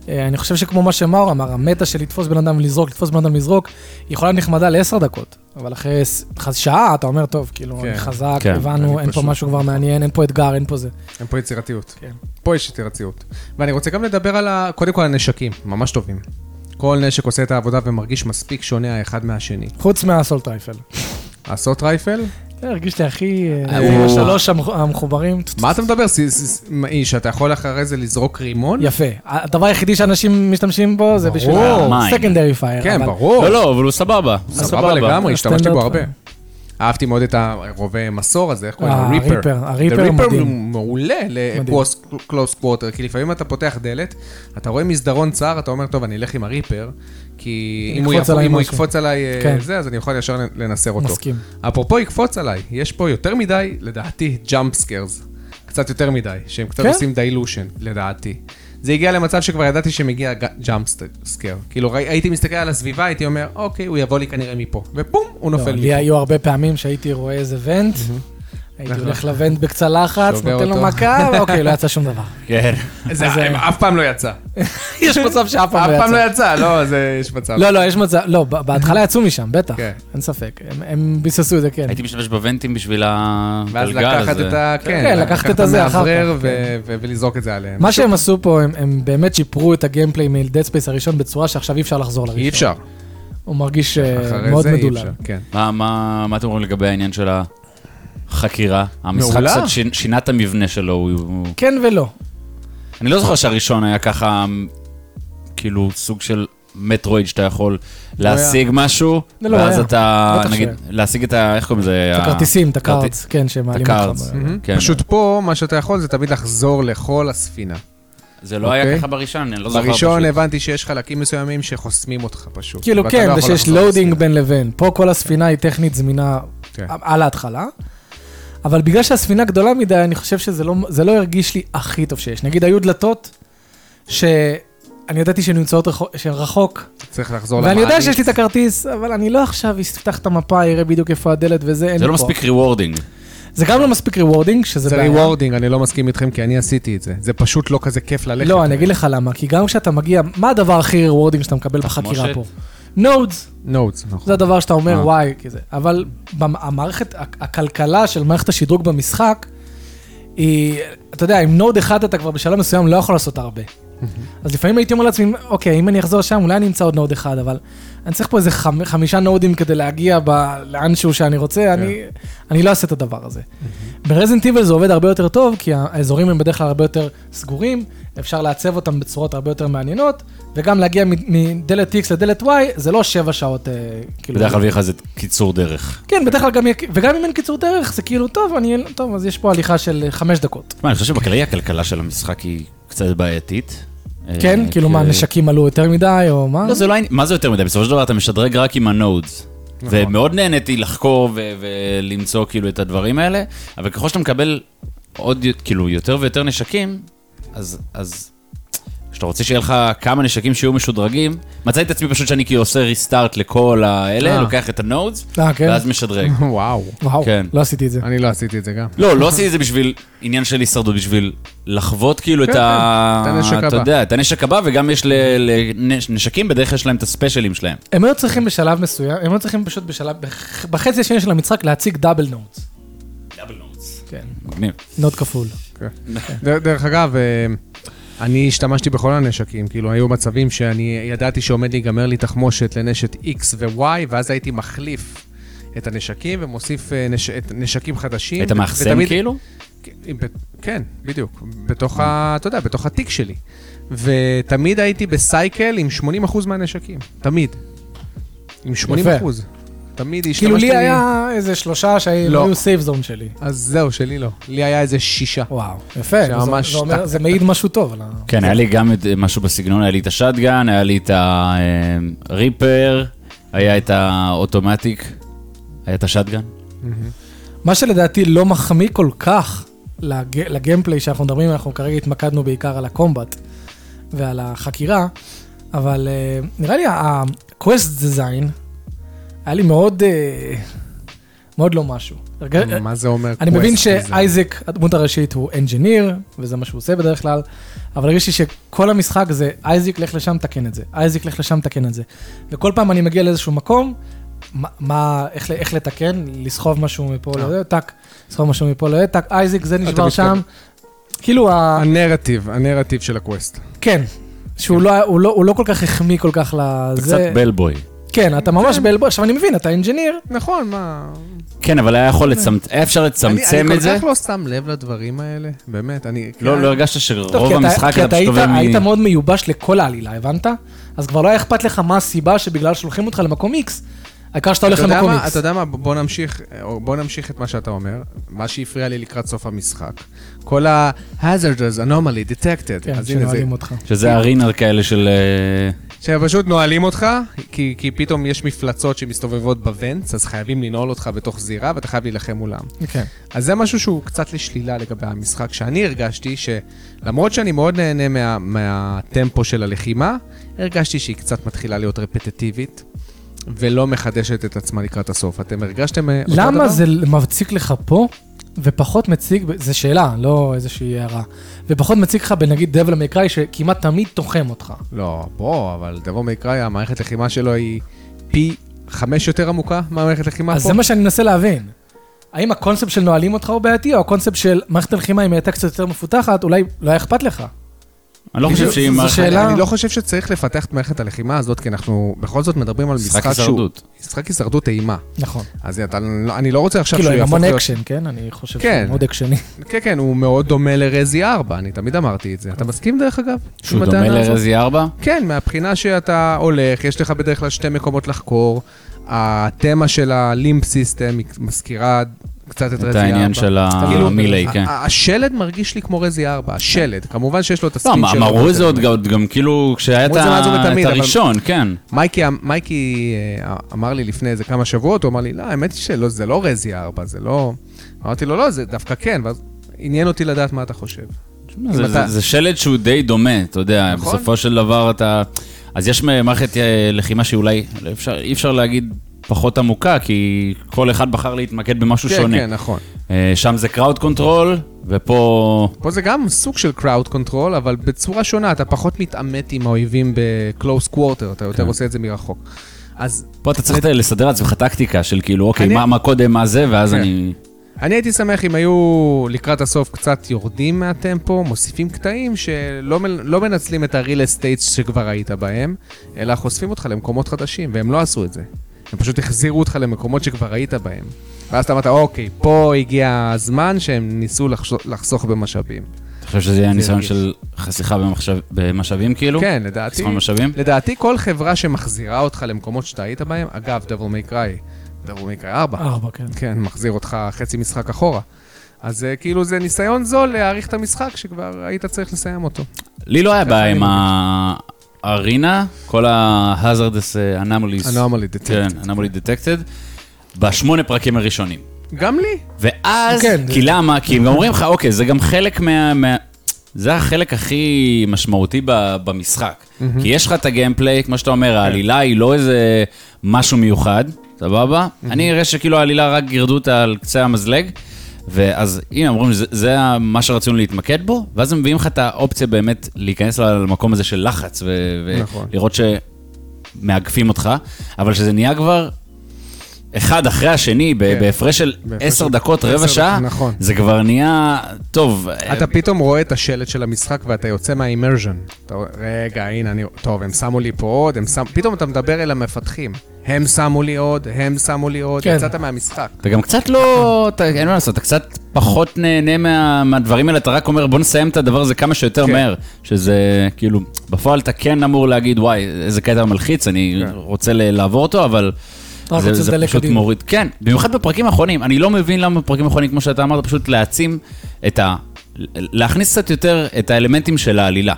[SPEAKER 2] אה, אני חושב שכמו מה שמאור אמר, המטה של לתפוס בן אדם ולזרוק, לתפוס בן אדם ולזרוק, היא יכולה להיות נחמדה לעשר דקות, אבל אחרי ס- ח- שעה אתה אומר, טוב, כאילו,
[SPEAKER 3] כן,
[SPEAKER 2] אני חזק,
[SPEAKER 4] כן,
[SPEAKER 2] הבנו,
[SPEAKER 3] אני
[SPEAKER 2] אין פה
[SPEAKER 3] פשוט-
[SPEAKER 2] משהו כבר מעניין, אין פה אתגר, אין פה זה.
[SPEAKER 3] אין פה יצירתיות.
[SPEAKER 2] כן.
[SPEAKER 3] פה יש יצירתיות. ואני רוצה גם לדבר על ה... קודם כל הנשקים, ממש טובים. כל נשק עושה את העבודה ומרגיש מספיק שונה האחד מהשני.
[SPEAKER 2] חוץ מהסולט רייפל.
[SPEAKER 3] הסוט רייפל?
[SPEAKER 2] זה הרגיש לי הכי... אה,
[SPEAKER 4] הוא-
[SPEAKER 2] השלוש המח- המחוברים.
[SPEAKER 3] מה אתה מדבר? ס- ס- ס- מה, איש, אתה יכול אחרי זה לזרוק רימון?
[SPEAKER 2] יפה. הדבר היחידי שאנשים משתמשתים בו זה בשביל
[SPEAKER 4] ברור.
[SPEAKER 2] ה-secondary fire.
[SPEAKER 3] כן,
[SPEAKER 2] אבל-
[SPEAKER 3] ברור.
[SPEAKER 4] לא, לא, אבל הוא סבבה. הוא
[SPEAKER 3] סבבה לגמרי, השתמשתי בו
[SPEAKER 2] הסטנדרט.
[SPEAKER 3] הרבה. אהבתי מאוד את הרובה מסור הזה, איך קוראים לו?
[SPEAKER 2] אה, הריפר, הריפר
[SPEAKER 3] הריפר
[SPEAKER 2] מדהים.
[SPEAKER 3] הוא מעולה לקלוס קוורטר, כי לפעמים אתה פותח דלת, אתה רואה מסדרון צר, אתה אומר, טוב, אני אלך עם הריפר, כי אם הוא
[SPEAKER 2] יקפוץ
[SPEAKER 3] יבוא-
[SPEAKER 2] עליי
[SPEAKER 3] אם הוא
[SPEAKER 2] משהו.
[SPEAKER 3] יקפוץ עליי אה,
[SPEAKER 2] כן.
[SPEAKER 3] זה, אז אני יכול ישר לנסר אותו.
[SPEAKER 2] מסכים.
[SPEAKER 3] אפרופו יקפוץ עליי, יש פה יותר מדי, לדעתי, ג'אמפ סקיירס. קצת יותר מדי, שהם קצת
[SPEAKER 2] כן?
[SPEAKER 3] עושים דילושן, לדעתי. זה הגיע למצב שכבר ידעתי שמגיע ג'אמפ סקייר. כאילו ראי- הייתי מסתכל על הסביבה, הייתי אומר, אוקיי, הוא יבוא לי כנראה מפה. ופום, הוא
[SPEAKER 2] לא,
[SPEAKER 3] נופל
[SPEAKER 2] לי
[SPEAKER 3] מפה.
[SPEAKER 2] היו הרבה פעמים שהייתי רואה איזה ונט, הייתי
[SPEAKER 3] נכון.
[SPEAKER 2] הולך לוונט בקצה לחץ,
[SPEAKER 3] שובר
[SPEAKER 2] נותן לו
[SPEAKER 3] אותו.
[SPEAKER 2] מכה, ואוקיי, לא יצא שום דבר.
[SPEAKER 4] כן.
[SPEAKER 3] זה
[SPEAKER 2] אז, אה,
[SPEAKER 3] אף פעם לא יצא.
[SPEAKER 2] יש מצב שאף
[SPEAKER 3] אף
[SPEAKER 2] פעם לא
[SPEAKER 3] פעם
[SPEAKER 2] יצא.
[SPEAKER 3] לא יצא, לא, זה יש מצב.
[SPEAKER 2] לא, לא, יש מצב, לא, ב- בהתחלה יצאו משם, בטח,
[SPEAKER 3] כן.
[SPEAKER 2] אין ספק. הם- הם ביססו את זה, כן.
[SPEAKER 4] הייתי משתמש בוונטים בשביל
[SPEAKER 3] ואז
[SPEAKER 4] הגלגל הזה.
[SPEAKER 3] לקחת את ה... כן,
[SPEAKER 2] כן, לקחת את הזה אחר
[SPEAKER 3] המאוורר
[SPEAKER 2] כך, כן.
[SPEAKER 3] ו- ו- ולזרוק את זה עליהם.
[SPEAKER 2] מה שהם עשו פה, הם- הם באמת שיפרו את הגיימפליי מדד ספייס הראשון בצורה שעכשיו אי אפשר לחזור לראשון.
[SPEAKER 3] אי אפשר.
[SPEAKER 2] הוא מרגיש אה,
[SPEAKER 3] אחרי
[SPEAKER 2] מאוד
[SPEAKER 3] זה אי
[SPEAKER 2] מדולל.
[SPEAKER 3] אפשר. כן.
[SPEAKER 4] מה- מה מה אתם אומרים לגבי העניין של החקירה? המשחק
[SPEAKER 3] מעולה.
[SPEAKER 4] קצת שינ- שינה את המבנה שלו. הוא- הוא-
[SPEAKER 2] כן ולא.
[SPEAKER 3] אה,
[SPEAKER 4] אני לא זוכר שהראשון היה ככה, כאילו, סוג של מטרואיד שאתה יכול להשיג משהו,
[SPEAKER 2] לא, לא,
[SPEAKER 4] ואז
[SPEAKER 2] היה.
[SPEAKER 4] אתה,
[SPEAKER 2] בטח
[SPEAKER 4] נגיד,
[SPEAKER 2] שהיה.
[SPEAKER 4] להשיג את ה... איך קוראים לזה?
[SPEAKER 2] את הכרטיסים, את הקארדס, כן,
[SPEAKER 4] את
[SPEAKER 2] שמעלים אותך.
[SPEAKER 4] הקארדס.
[SPEAKER 2] ב-
[SPEAKER 4] כן.
[SPEAKER 3] פשוט פה, מה שאתה יכול זה תמיד לחזור לכל הספינה.
[SPEAKER 4] זה לא היה
[SPEAKER 3] אוקיי.
[SPEAKER 4] ככה בראשון, אני לא זוכר.
[SPEAKER 3] בראשון
[SPEAKER 4] פשוט.
[SPEAKER 3] הבנתי שיש חלקים מסוימים שחוסמים אותך פשוט.
[SPEAKER 2] כאילו
[SPEAKER 3] ואתה
[SPEAKER 2] כן,
[SPEAKER 3] לא
[SPEAKER 2] זה
[SPEAKER 3] יכול
[SPEAKER 2] שיש
[SPEAKER 3] לחזור
[SPEAKER 2] לואודינג
[SPEAKER 3] לספינה.
[SPEAKER 2] בין לבין. פה כל הספינה היא טכנית זמינה
[SPEAKER 3] כן.
[SPEAKER 2] על ההתחלה. אבל בגלל שהספינה גדולה מדי, אני חושב שזה לא, זה לא הרגיש לי הכי טוב שיש. נגיד, היו דלתות שאני ידעתי שהן נמצאות רחוק, שהן רחוק
[SPEAKER 3] צריך לחזור
[SPEAKER 2] ואני
[SPEAKER 3] למעלית.
[SPEAKER 2] יודע שיש לי את הכרטיס, אבל אני לא עכשיו אפתח את המפה, אראה בדיוק איפה הדלת וזה, אין
[SPEAKER 4] זה
[SPEAKER 2] לי
[SPEAKER 4] לא
[SPEAKER 2] כוח.
[SPEAKER 4] מספיק ריוורדינג.
[SPEAKER 2] זה גם לא מספיק ריוורדינג, שזה
[SPEAKER 3] זה
[SPEAKER 2] בעיה.
[SPEAKER 3] ריוורדינג, אני לא מסכים איתכם כי אני עשיתי את זה. זה פשוט לא כזה כיף ללכת.
[SPEAKER 2] לא, אני אגיד לך למה, כי גם כשאתה מגיע, מה הדבר הכי ריוורדינג שאתה מקבל בחקירה
[SPEAKER 4] תחמושת?
[SPEAKER 2] פה? נודס,
[SPEAKER 3] נוטס, נכון.
[SPEAKER 2] זה הדבר שאתה אומר,
[SPEAKER 4] אה.
[SPEAKER 2] וואי, כי זה. אבל במ- המערכת, הכ- הכלכלה של מערכת השדרוג במשחק, היא, אתה יודע, עם נוד אחד אתה כבר בשלב מסוים לא יכול לעשות הרבה. אז לפעמים הייתי אומר לעצמי, אוקיי, אם אני אחזור שם, אולי אני אמצא עוד נוד אחד, אבל אני צריך פה איזה חמ- חמישה נודים כדי להגיע ב- לאנשהו שאני
[SPEAKER 4] כן.
[SPEAKER 2] רוצה, אני, אני לא אעשה את הדבר הזה. ברזנט איבל זה עובד הרבה יותר טוב, כי ה- האזורים הם בדרך כלל הרבה יותר סגורים, אפשר לעצב אותם בצורות הרבה יותר מעניינות, וגם להגיע מ- מדלת X לדלת Y, זה לא שבע שעות, אה, כאילו...
[SPEAKER 4] בדרך כלל יהיה לך איזה קיצור דרך.
[SPEAKER 2] כן, בדרך כלל גם, יהיה- וגם אם אין קיצור דרך, זה כאילו, טוב, אני, טוב, אז יש פה הליכה של אה, חמש דקות.
[SPEAKER 4] תשמע, אני חושב שבכללי הכלכלה של המשחק היא קצת בעייתית.
[SPEAKER 2] כן?
[SPEAKER 4] אה,
[SPEAKER 2] כאילו
[SPEAKER 4] כי-
[SPEAKER 2] מה, נשקים עלו יותר מדי, או מה?
[SPEAKER 4] לא, זה לא העניין, מה זה יותר מדי? בסופו של דבר אתה משדרג רק עם הנודס.
[SPEAKER 3] נכון.
[SPEAKER 4] ומאוד נהניתי לחקור ו- ולמצוא כאילו את הדברים האלה, אבל ככל שאתה מקבל עוד, י- כאילו, יותר ויותר נשקים, אז... אז... כשאתה רוצה שיהיה לך כמה נשקים שיהיו משודרגים, מצאתי את עצמי פשוט שאני כאילו עושה ריסטארט לכל האלה,
[SPEAKER 3] אה.
[SPEAKER 4] לוקח את הנודס,
[SPEAKER 2] אה, כן?
[SPEAKER 4] ואז משדרג.
[SPEAKER 3] וואו.
[SPEAKER 2] וואו,
[SPEAKER 4] כן.
[SPEAKER 2] לא עשיתי את זה.
[SPEAKER 3] אני לא עשיתי את זה
[SPEAKER 2] כן.
[SPEAKER 3] גם.
[SPEAKER 4] לא, לא עשיתי את זה בשביל עניין של הישרדות, בשביל לחוות כאילו את
[SPEAKER 3] כן,
[SPEAKER 4] ה...
[SPEAKER 3] כן, את הנשק
[SPEAKER 4] אתה
[SPEAKER 3] הבא.
[SPEAKER 4] יודע, את הנשק הבא, וגם יש לנשקים, בדרך כלל יש להם את הספיישלים שלהם.
[SPEAKER 2] הם היו צריכים בשלב מסוים, הם היו צריכים פשוט בשלב, בח- בחצי השני של המשחק להציג דאבל נוטס.
[SPEAKER 4] דאבל נוטס.
[SPEAKER 2] כן.
[SPEAKER 4] מגניב.
[SPEAKER 2] נוט כפול.
[SPEAKER 3] ד- דרך אגב, אה, אני השתמשתי בכל הנשקים, כאילו היו מצבים שאני ידעתי שעומד להיגמר לי תחמושת לנשת X ו-Y, ואז הייתי מחליף את הנשקים ומוסיף אה, נש- את- נשקים חדשים.
[SPEAKER 4] היית מאחסן
[SPEAKER 3] ותמיד-
[SPEAKER 4] כאילו?
[SPEAKER 3] כן, ב- כן, בדיוק. בתוך ה... אתה יודע, בתוך התיק שלי. ותמיד הייתי בסייקל עם 80% מהנשקים. תמיד. עם 80%.
[SPEAKER 2] יפה.
[SPEAKER 3] תמיד השתמשתי...
[SPEAKER 2] כאילו לי היה איזה שלושה שהיו
[SPEAKER 3] לא.
[SPEAKER 2] היו סייב זון שלי.
[SPEAKER 3] אז זהו, שלי לא. לי היה איזה שישה.
[SPEAKER 2] וואו, יפה. זה-
[SPEAKER 3] שממש
[SPEAKER 2] זה אומר-
[SPEAKER 3] טק,
[SPEAKER 2] זה מעיד משהו טוב. על ה-
[SPEAKER 4] כן, היה לי גם את- משהו בסגנון, היה לי את השטגן, היה לי את הריפר, היה את האוטומטיק, היה את השטגן.
[SPEAKER 2] מה שלדעתי לא מחמיא כל כך לג... לגיימפליי שאנחנו מדברים, אנחנו כרגע התמקדנו בעיקר על הקומבט ועל החקירה, אבל uh, נראה לי ה-quest design היה לי מאוד, uh, מאוד לא משהו. הרג...
[SPEAKER 3] מה זה אומר?
[SPEAKER 2] אני
[SPEAKER 3] quest
[SPEAKER 2] מבין
[SPEAKER 3] כזה?
[SPEAKER 2] שאייזק, הדמות הראשית, הוא אנג'יניר, וזה מה שהוא עושה בדרך כלל, אבל הרגשתי שכל המשחק זה, אייזק, לך לשם, תקן את זה, אייזק, לך לשם, תקן את זה. וכל פעם אני מגיע לאיזשהו מקום, מה- מה, איך, ל- איך לתקן, לסחוב משהו מפה
[SPEAKER 3] אה.
[SPEAKER 2] לא יודע, טאק, לסחוב משהו מפה לא יודע, טאק, אייזק, זה נשבר
[SPEAKER 3] מתקדם.
[SPEAKER 2] שם. כאילו, ה...
[SPEAKER 3] הנרטיב, הנרטיב של הקווסט.
[SPEAKER 2] כן. שהוא לא, היה- הוא לא, הוא לא כל כך החמיא כל כך
[SPEAKER 4] אתה
[SPEAKER 2] לזה.
[SPEAKER 4] קצת בלבוי.
[SPEAKER 2] כן, אתה ממש בלבוי. עכשיו אני מבין, אתה אינג'יניר.
[SPEAKER 3] נכון, מה...
[SPEAKER 4] כן, אבל היה יכול לצמצם, היה אפשר לצמצם
[SPEAKER 3] אני,
[SPEAKER 4] את זה.
[SPEAKER 3] אני כל כך כן. לא שם לב לדברים האלה, באמת, אני...
[SPEAKER 4] לא, לא הרגשת
[SPEAKER 2] טוב,
[SPEAKER 4] שרוב
[SPEAKER 2] כי אתה-
[SPEAKER 4] המשחק
[SPEAKER 2] כי אתה
[SPEAKER 4] אתה פשוט
[SPEAKER 2] היית,
[SPEAKER 4] עובר מ...
[SPEAKER 2] היית מאוד מיובש לכל העלילה, הבנת? אז כבר לא היה אכפת לך מה הסיבה שבגלל שולחים אותך למקום איקס. העיקר שאתה הולך
[SPEAKER 3] אתה יודע
[SPEAKER 2] למקום
[SPEAKER 3] מה,
[SPEAKER 2] איקס.
[SPEAKER 3] אתה יודע מה, בוא נמשיך, אה, או בוא נמשיך את מה שאתה אומר, מה שהפריע לי לקראת סוף המשחק. כל ה-hazardous, anomaly, detected.
[SPEAKER 2] כן,
[SPEAKER 3] אז הנה זה,
[SPEAKER 2] שנוהלים אותך.
[SPEAKER 4] שזה ארינה כאלה של... אה,
[SPEAKER 3] שפשוט נועלים אותך, כי, כי פתאום יש מפלצות שמסתובבות בוונטס, אז חייבים לנעול אותך בתוך זירה, ואתה חייב להילחם מולם.
[SPEAKER 2] כן.
[SPEAKER 3] אז זה משהו שהוא קצת לשלילה לגבי המשחק, שאני הרגשתי שלמרות שאני מאוד נהנה מה, מהטמפו של הלחימה, הרגשתי שהיא קצת מתחילה להיות רפטטיבית, ולא מחדשת את עצמה לקראת הסוף. אתם הרגשתם אה, אותו דבר?
[SPEAKER 2] למה זה מציק לך פה ופחות מציק, ב- זו שאלה, לא איזושהי הערה, ופחות מציק לך בנגיד דבל המקראי שכמעט תמיד תוחם אותך.
[SPEAKER 3] לא, בוא, אבל דבו מקראי, המערכת לחימה שלו היא פי חמש יותר עמוקה מהמערכת לחימה פה.
[SPEAKER 2] אז זה מה שאני מנסה להבין. האם הקונספט של נועלים אותך הוא בעייתי, או הקונספט של מערכת הלחימה, אם היא הייתה קצת יותר מפותחת, אולי לא היה אכפת לך.
[SPEAKER 4] אני לא חושב
[SPEAKER 2] בדיוק,
[SPEAKER 4] שהיא
[SPEAKER 2] זו
[SPEAKER 4] מערכת...
[SPEAKER 2] שאלה.
[SPEAKER 3] אני לא חושב שצריך לפתח את מערכת הלחימה הזאת, כי אנחנו בכל זאת מדברים על משחק
[SPEAKER 4] משחק
[SPEAKER 3] שהוא...
[SPEAKER 4] הישרדות.
[SPEAKER 3] משחק הישרדות אימה.
[SPEAKER 2] נכון.
[SPEAKER 3] אז אתה, אני לא רוצה עכשיו
[SPEAKER 2] כאילו,
[SPEAKER 3] שהוא
[SPEAKER 2] עם
[SPEAKER 3] יהפוך
[SPEAKER 2] המון
[SPEAKER 3] להיות...
[SPEAKER 2] אקשן, כן? אני חושב
[SPEAKER 3] כן.
[SPEAKER 2] שהוא מאוד אקשני.
[SPEAKER 3] כן, כן, הוא מאוד דומה לרזי 4, אני תמיד אמרתי את זה. אתה מסכים דרך אגב? עם
[SPEAKER 4] שהוא דומה
[SPEAKER 3] הטענה הזאת?
[SPEAKER 4] לרזי 4?
[SPEAKER 3] כן, מהבחינה שאתה הולך, יש לך בדרך כלל שתי מקומות לחקור. התמה של הלימפ סיסטם היא מזכירה קצת את רזי 4.
[SPEAKER 4] את העניין של
[SPEAKER 3] כאילו,
[SPEAKER 4] המילי,
[SPEAKER 3] ה-
[SPEAKER 4] כן.
[SPEAKER 3] ה- השלד מרגיש לי כמו רזי 4, השלד. כמובן שיש לו את הספין
[SPEAKER 4] לא,
[SPEAKER 3] שלו.
[SPEAKER 4] מה, אמרו את זה עוד גם- גם כאילו כשהיה את
[SPEAKER 3] אמרו את זה מאז
[SPEAKER 4] ה-
[SPEAKER 3] ומתמיד,
[SPEAKER 4] את
[SPEAKER 3] אבל-
[SPEAKER 4] הראשון, כן.
[SPEAKER 3] מייקי, אמ- מייקי אה, אמר לי לפני איזה כמה שבועות, הוא אמר לי, לא, האמת היא שלא, זה לא רזי 4, זה לא... אמרתי לו, לא, זה דווקא כן, ואז עניין אותי לדעת מה אתה חושב.
[SPEAKER 4] זה-
[SPEAKER 3] אתה-
[SPEAKER 4] זה- זה שלד שהוא די דומה, אתה יודע,
[SPEAKER 3] נכון.
[SPEAKER 4] בסופו של דבר אתה... אז יש מערכת אה, לחימה שאולי, לא אפשר- אי אפשר להגיד פחות עמוקה, כי כל אחד בחר להתמקד במשהו
[SPEAKER 3] כן,
[SPEAKER 4] שונה.
[SPEAKER 3] כן, נכון.
[SPEAKER 4] אה, שם זה קראוד קונטרול, ופה...
[SPEAKER 3] פה זה גם סוג של crowd control, אבל בצורה שונה, אתה פחות מתעמת עם האויבים ב-close quarter, אתה יותר
[SPEAKER 4] כן.
[SPEAKER 3] עושה את זה מרחוק. אז
[SPEAKER 4] פה אתה צריך לסדר לעצמך טקטיקה של כאילו, אוקיי,
[SPEAKER 3] אני-
[SPEAKER 4] מה- מה קודם, מה זה, ואז
[SPEAKER 3] כן.
[SPEAKER 4] אני...
[SPEAKER 3] אני הייתי שמח אם היו לקראת הסוף קצת יורדים מהטמפו, מוסיפים קטעים שלא מ- לא מנצלים את הריל אסטייטס שכבר היית בהם, אלא חושפים אותך למקומות חדשים, והם לא עשו את זה. הם פשוט החזירו אותך למקומות שכבר היית בהם. ואז אתה אמרת, אוקיי, פה הגיע הזמן שהם ניסו לחש- לחסוך במשאבים.
[SPEAKER 4] אתה חושב שזה יהיה ניסיון
[SPEAKER 3] הרגיש.
[SPEAKER 4] של חסיכה במחשב- במשאבים, כאילו?
[SPEAKER 3] כן, לדעתי.
[SPEAKER 4] חסכון משאבים?
[SPEAKER 3] לדעתי כל חברה שמחזירה אותך למקומות שאתה היית בהם, אגב, דבור מייקראי, דבור מייקראי 4,
[SPEAKER 2] ארבע, כן.
[SPEAKER 3] כן, מחזיר אותך חצי משחק אחורה. אז אה, כאילו זה ניסיון זול להאריך את המשחק שכבר היית צריך לסיים אותו.
[SPEAKER 4] לי לא היה בעיה
[SPEAKER 3] אני
[SPEAKER 4] עם הארינה, כל ה-hazardous אה, anomalies.
[SPEAKER 3] Anomaly detected.
[SPEAKER 4] כן, anomaly detected. בשמונה פרקים הראשונים.
[SPEAKER 3] גם לי.
[SPEAKER 4] ואז,
[SPEAKER 2] כן,
[SPEAKER 4] כי למה? כי הם גם אומרים לך, אוקיי, זה גם חלק מה... מה- זה החלק הכי משמעותי ב- במשחק. כי יש לך את הגיימפליי, כמו שאתה אומר, העלילה היא לא איזה משהו מיוחד, סבבה? אני אראה שכאילו העלילה רק גירדו אותה על קצה המזלג, ואז הנה אומרים, "זה- זה ה- מה שרצינו להתמקד בו, ואז הם מביאים לך את האופציה באמת להיכנס למקום הזה של לחץ, ו-
[SPEAKER 3] נכון.
[SPEAKER 4] ולראות שמאגפים אותך, אבל שזה נהיה כבר... אחד אחרי השני, ב-
[SPEAKER 3] כן.
[SPEAKER 4] בהפרש של
[SPEAKER 3] בהפרש
[SPEAKER 4] עשר
[SPEAKER 3] של-
[SPEAKER 4] דקות,
[SPEAKER 3] עשר
[SPEAKER 4] רבע שעה,
[SPEAKER 3] דקות, נכון.
[SPEAKER 4] זה כבר נהיה, טוב,
[SPEAKER 3] אתה פתאום רואה את השלט של המשחק ואתה יוצא מהאימרז'ן. אתה רואה, רגע, הנה, אני... טוב, הם שמו לי פה עוד, הם שמו... פתאום אתה מדבר אל המפתחים. הם שמו לי עוד, הם שמו לי עוד,
[SPEAKER 2] כן.
[SPEAKER 3] יצאת מהמשחק.
[SPEAKER 4] אתה גם קצת
[SPEAKER 3] נכון.
[SPEAKER 4] לא, אתה, אין מה לעשות, אתה קצת פחות נהנה מה, מהדברים האלה, אתה רק אומר בוא נסיים את הדבר הזה כמה שיותר
[SPEAKER 3] כן.
[SPEAKER 4] מהר, שזה כאילו, בפועל אתה כן אמור להגיד וואי, איזה קטע מלחיץ, אני
[SPEAKER 3] כן.
[SPEAKER 4] רוצה ל- לעבור אותו, אבל...
[SPEAKER 2] רק
[SPEAKER 4] זה,
[SPEAKER 2] רוצה
[SPEAKER 4] זה
[SPEAKER 2] לדלג
[SPEAKER 4] פשוט
[SPEAKER 2] קדימה.
[SPEAKER 4] מוריד, כן, במיוחד בפרקים האחרונים, אני לא מבין למה בפרקים האחרונים, כמו שאתה אמרת, פשוט להעצים את ה... להכניס קצת יותר את האלמנטים של העלילה.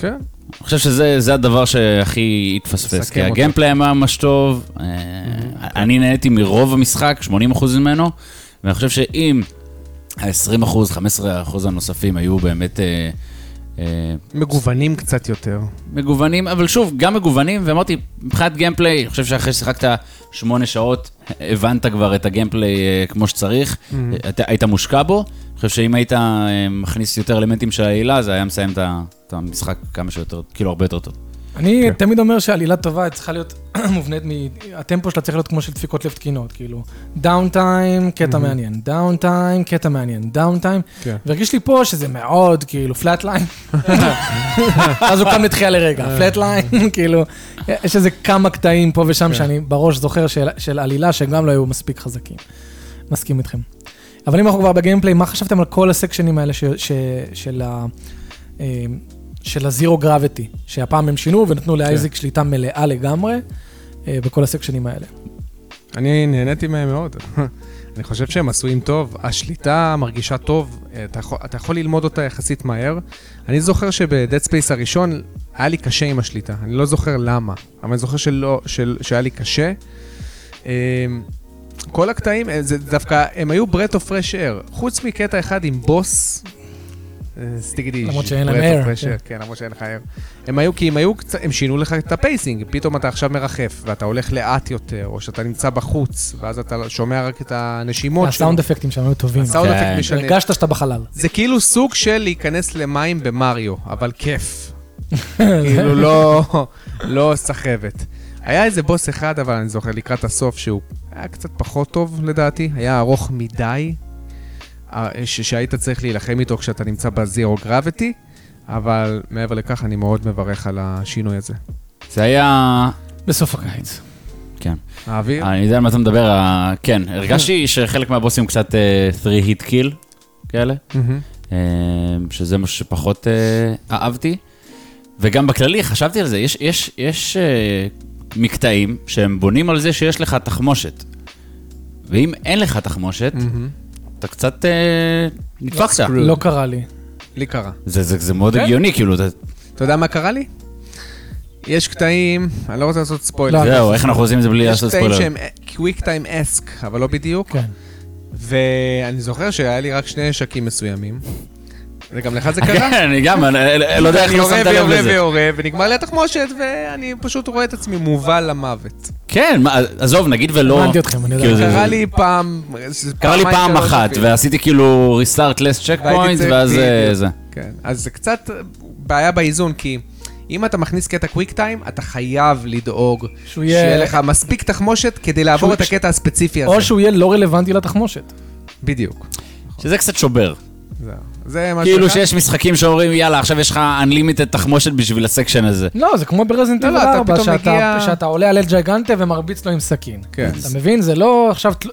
[SPEAKER 3] כן.
[SPEAKER 4] אני חושב שזה זה הדבר שהכי התפספס,
[SPEAKER 3] מסכם
[SPEAKER 4] כי
[SPEAKER 3] אותו. Mm-hmm.
[SPEAKER 4] הגיימפליי היה ממש טוב, אה, אני נהניתי מרוב המשחק, 80% ממנו, ואני חושב שאם ה-20%, 15% הנוספים היו באמת אה, אה,
[SPEAKER 3] מגוונים קצת יותר.
[SPEAKER 4] מגוונים, אבל שוב, גם מגוונים, ואמרתי, מבחינת גיימפליי, אני חושב שאחרי ששיחקת שמונה שעות, הבנת כבר את הגיימפליי אה, כמו שצריך, אתה- היית מושקע בו, אני חושב שאם היית אה, מכניס יותר אלמנטים של העלילה, זה היה מסיים את ה- את המשחק כמה שיותר, כאילו הרבה יותר טוב.
[SPEAKER 2] אני תמיד אומר שעלילה טובה צריכה להיות מובנית מ... הטמפו שלה צריך להיות כמו של דפיקות לב תקינות, כאילו. דאון טיים, קטע מעניין, דאון טיים, קטע מעניין, דאון טיים.
[SPEAKER 3] כן.
[SPEAKER 2] והרגיש לי פה שזה מאוד, כאילו, פלאט ליין. אז הוא קם לתחייה לרגע,
[SPEAKER 4] אה.
[SPEAKER 2] פלאט ליין, כאילו, יש איזה כמה קטעים פה
[SPEAKER 4] כן.
[SPEAKER 2] ושם שאני בראש זוכר של- של עלילה שגם לא היו מספיק חזקים. מסכים איתכם. אבל אם אנחנו כבר בגיימפליי, מה חשבתם על כל הסקשנים האלה ש- ש- של ה... אה, של הזירו גרביטי, שהפעם הם שינו ונתנו לאייזיק
[SPEAKER 3] כן.
[SPEAKER 2] שליטה מלאה לגמרי אה, בכל הסקשנים האלה.
[SPEAKER 3] אני נהניתי מהם מאוד. אני חושב שהם עשויים טוב, השליטה מרגישה טוב, אתה יכול, אתה יכול ללמוד אותה יחסית מהר. אני זוכר שבדד ספייס הראשון היה לי קשה עם השליטה, אני לא זוכר למה, אבל אני זוכר שלא, של, שהיה לי קשה. אמ, כל הקטעים, אה, זה דווקא, הם היו ברט אוף פרש אר, חוץ מקטע אחד עם בוס. אה, סטיגדי,
[SPEAKER 2] למרות שאין להם
[SPEAKER 3] breath of
[SPEAKER 2] air,
[SPEAKER 3] fresh air, כן, למרות שאין לך air. הם היו, כי הם היו קצת, הם שינו לך את הפייסינג, פתאום אתה עכשיו מרחף, ואתה הולך לאט יותר, או שאתה נמצא בחוץ, ואז אתה שומע רק את הנשימות
[SPEAKER 2] הסאונד אפקטים שם היו טובים.
[SPEAKER 3] הסאונד
[SPEAKER 4] כן.
[SPEAKER 3] אפקט משנה.
[SPEAKER 2] הרגשת שאתה בחלל.
[SPEAKER 3] זה כאילו סוג של להיכנס למים במריו, אבל כיף. כאילו לא, לא סחבת. היה איזה בוס אחד, אבל אני זוכר לקראת הסוף, שהוא היה קצת פחות טוב לדעתי, היה ארוך מדי, אה, ש- שהיית צריך להילחם איתו כשאתה נמצא בזירו גרביטי, אבל מעבר לכך אני מאוד מברך על השינוי הזה.
[SPEAKER 4] זה היה...
[SPEAKER 2] בסוף הקיץ.
[SPEAKER 4] כן.
[SPEAKER 3] האוויר?
[SPEAKER 2] אה.
[SPEAKER 4] אני יודע על מה אתה מדבר, ה- כן, הרגשתי שחלק מהבוסים קצת 3-hit kill כאלה,
[SPEAKER 3] מהמם.
[SPEAKER 4] אה, שזה משהו שפחות אה, אהבתי. וגם בכללי, חשבתי על זה, יש, יש, יש אה, מקטעים שהם בונים על זה שיש לך תחמושת. ואם אין לך תחמושת,
[SPEAKER 3] מהמם.
[SPEAKER 4] אתה קצת אה, נדפקת.
[SPEAKER 2] לא קרה לי.
[SPEAKER 3] לי קרה.
[SPEAKER 4] זה, זה, זה מאוד
[SPEAKER 3] כן.
[SPEAKER 4] הגיוני, כאילו, אתה,
[SPEAKER 3] אתה יודע מה קרה לי? יש קטעים, אני לא רוצה לעשות ספוילר.
[SPEAKER 2] לא,
[SPEAKER 4] זהו, איך אנחנו עושים את זה בלי
[SPEAKER 3] נכון. יש
[SPEAKER 4] לעשות
[SPEAKER 3] קטעים שהם
[SPEAKER 4] ספוילר?
[SPEAKER 3] קוויק טיים אסק, אבל לא בדיוק.
[SPEAKER 2] כן.
[SPEAKER 3] ואני זוכר שהיה לי רק שני נשקים מסוימים. וגם לך זה קרה?
[SPEAKER 4] כן, אני גם, אני אני לא יודע איך
[SPEAKER 3] אני
[SPEAKER 4] לא
[SPEAKER 3] יורה
[SPEAKER 4] שמת לב
[SPEAKER 3] ויורה
[SPEAKER 4] לזה.
[SPEAKER 3] ויורה, ונגמר לי התחמושת, ואני פשוט רואה את עצמי מובל למוות.
[SPEAKER 4] כן, מה, עזוב, נגיד ולא...
[SPEAKER 2] הבנתי אתכם, אני יודע.
[SPEAKER 4] כאילו, זה-
[SPEAKER 3] קרה לי פעם...
[SPEAKER 4] קרה לי פעם
[SPEAKER 3] שלוש
[SPEAKER 4] אחת,
[SPEAKER 3] אפילו.
[SPEAKER 4] ועשיתי כאילו ריסטארט לס צ'ק
[SPEAKER 3] והייתי
[SPEAKER 4] פוינט,
[SPEAKER 3] צריך-
[SPEAKER 4] ואז אה,
[SPEAKER 3] בדיוק.
[SPEAKER 4] זה.
[SPEAKER 3] כן, אז זה קצת בעיה באיזון, כי אם אתה מכניס קטע קוויק טיים, אתה חייב לדאוג
[SPEAKER 2] שהוא יהיה-
[SPEAKER 3] שיהיה לך מספיק תחמושת כדי לעבור
[SPEAKER 2] שהוא-
[SPEAKER 3] את הקטע הספציפי הזה.
[SPEAKER 2] או שהוא יהיה לא רלוונטי לתחמושת.
[SPEAKER 3] בדיוק.
[SPEAKER 4] שזה קצת שובר.
[SPEAKER 3] זהו. זה מה
[SPEAKER 4] כאילו
[SPEAKER 3] שקרה.
[SPEAKER 4] שיש משחקים שאומרים, יאללה, עכשיו יש לך Unlimited תחמושת בשביל הסקשן הזה.
[SPEAKER 2] לא, זה כמו ברזנטיבל
[SPEAKER 3] לא, לא, אתה
[SPEAKER 2] 4,
[SPEAKER 3] פתאום
[SPEAKER 2] שאתה-
[SPEAKER 3] מגיע-
[SPEAKER 2] שאתה עולה על אל ג'יגנטה ומרביץ לו עם סכין.
[SPEAKER 3] כן.
[SPEAKER 2] אתה מבין? זה לא עכשיו... תל-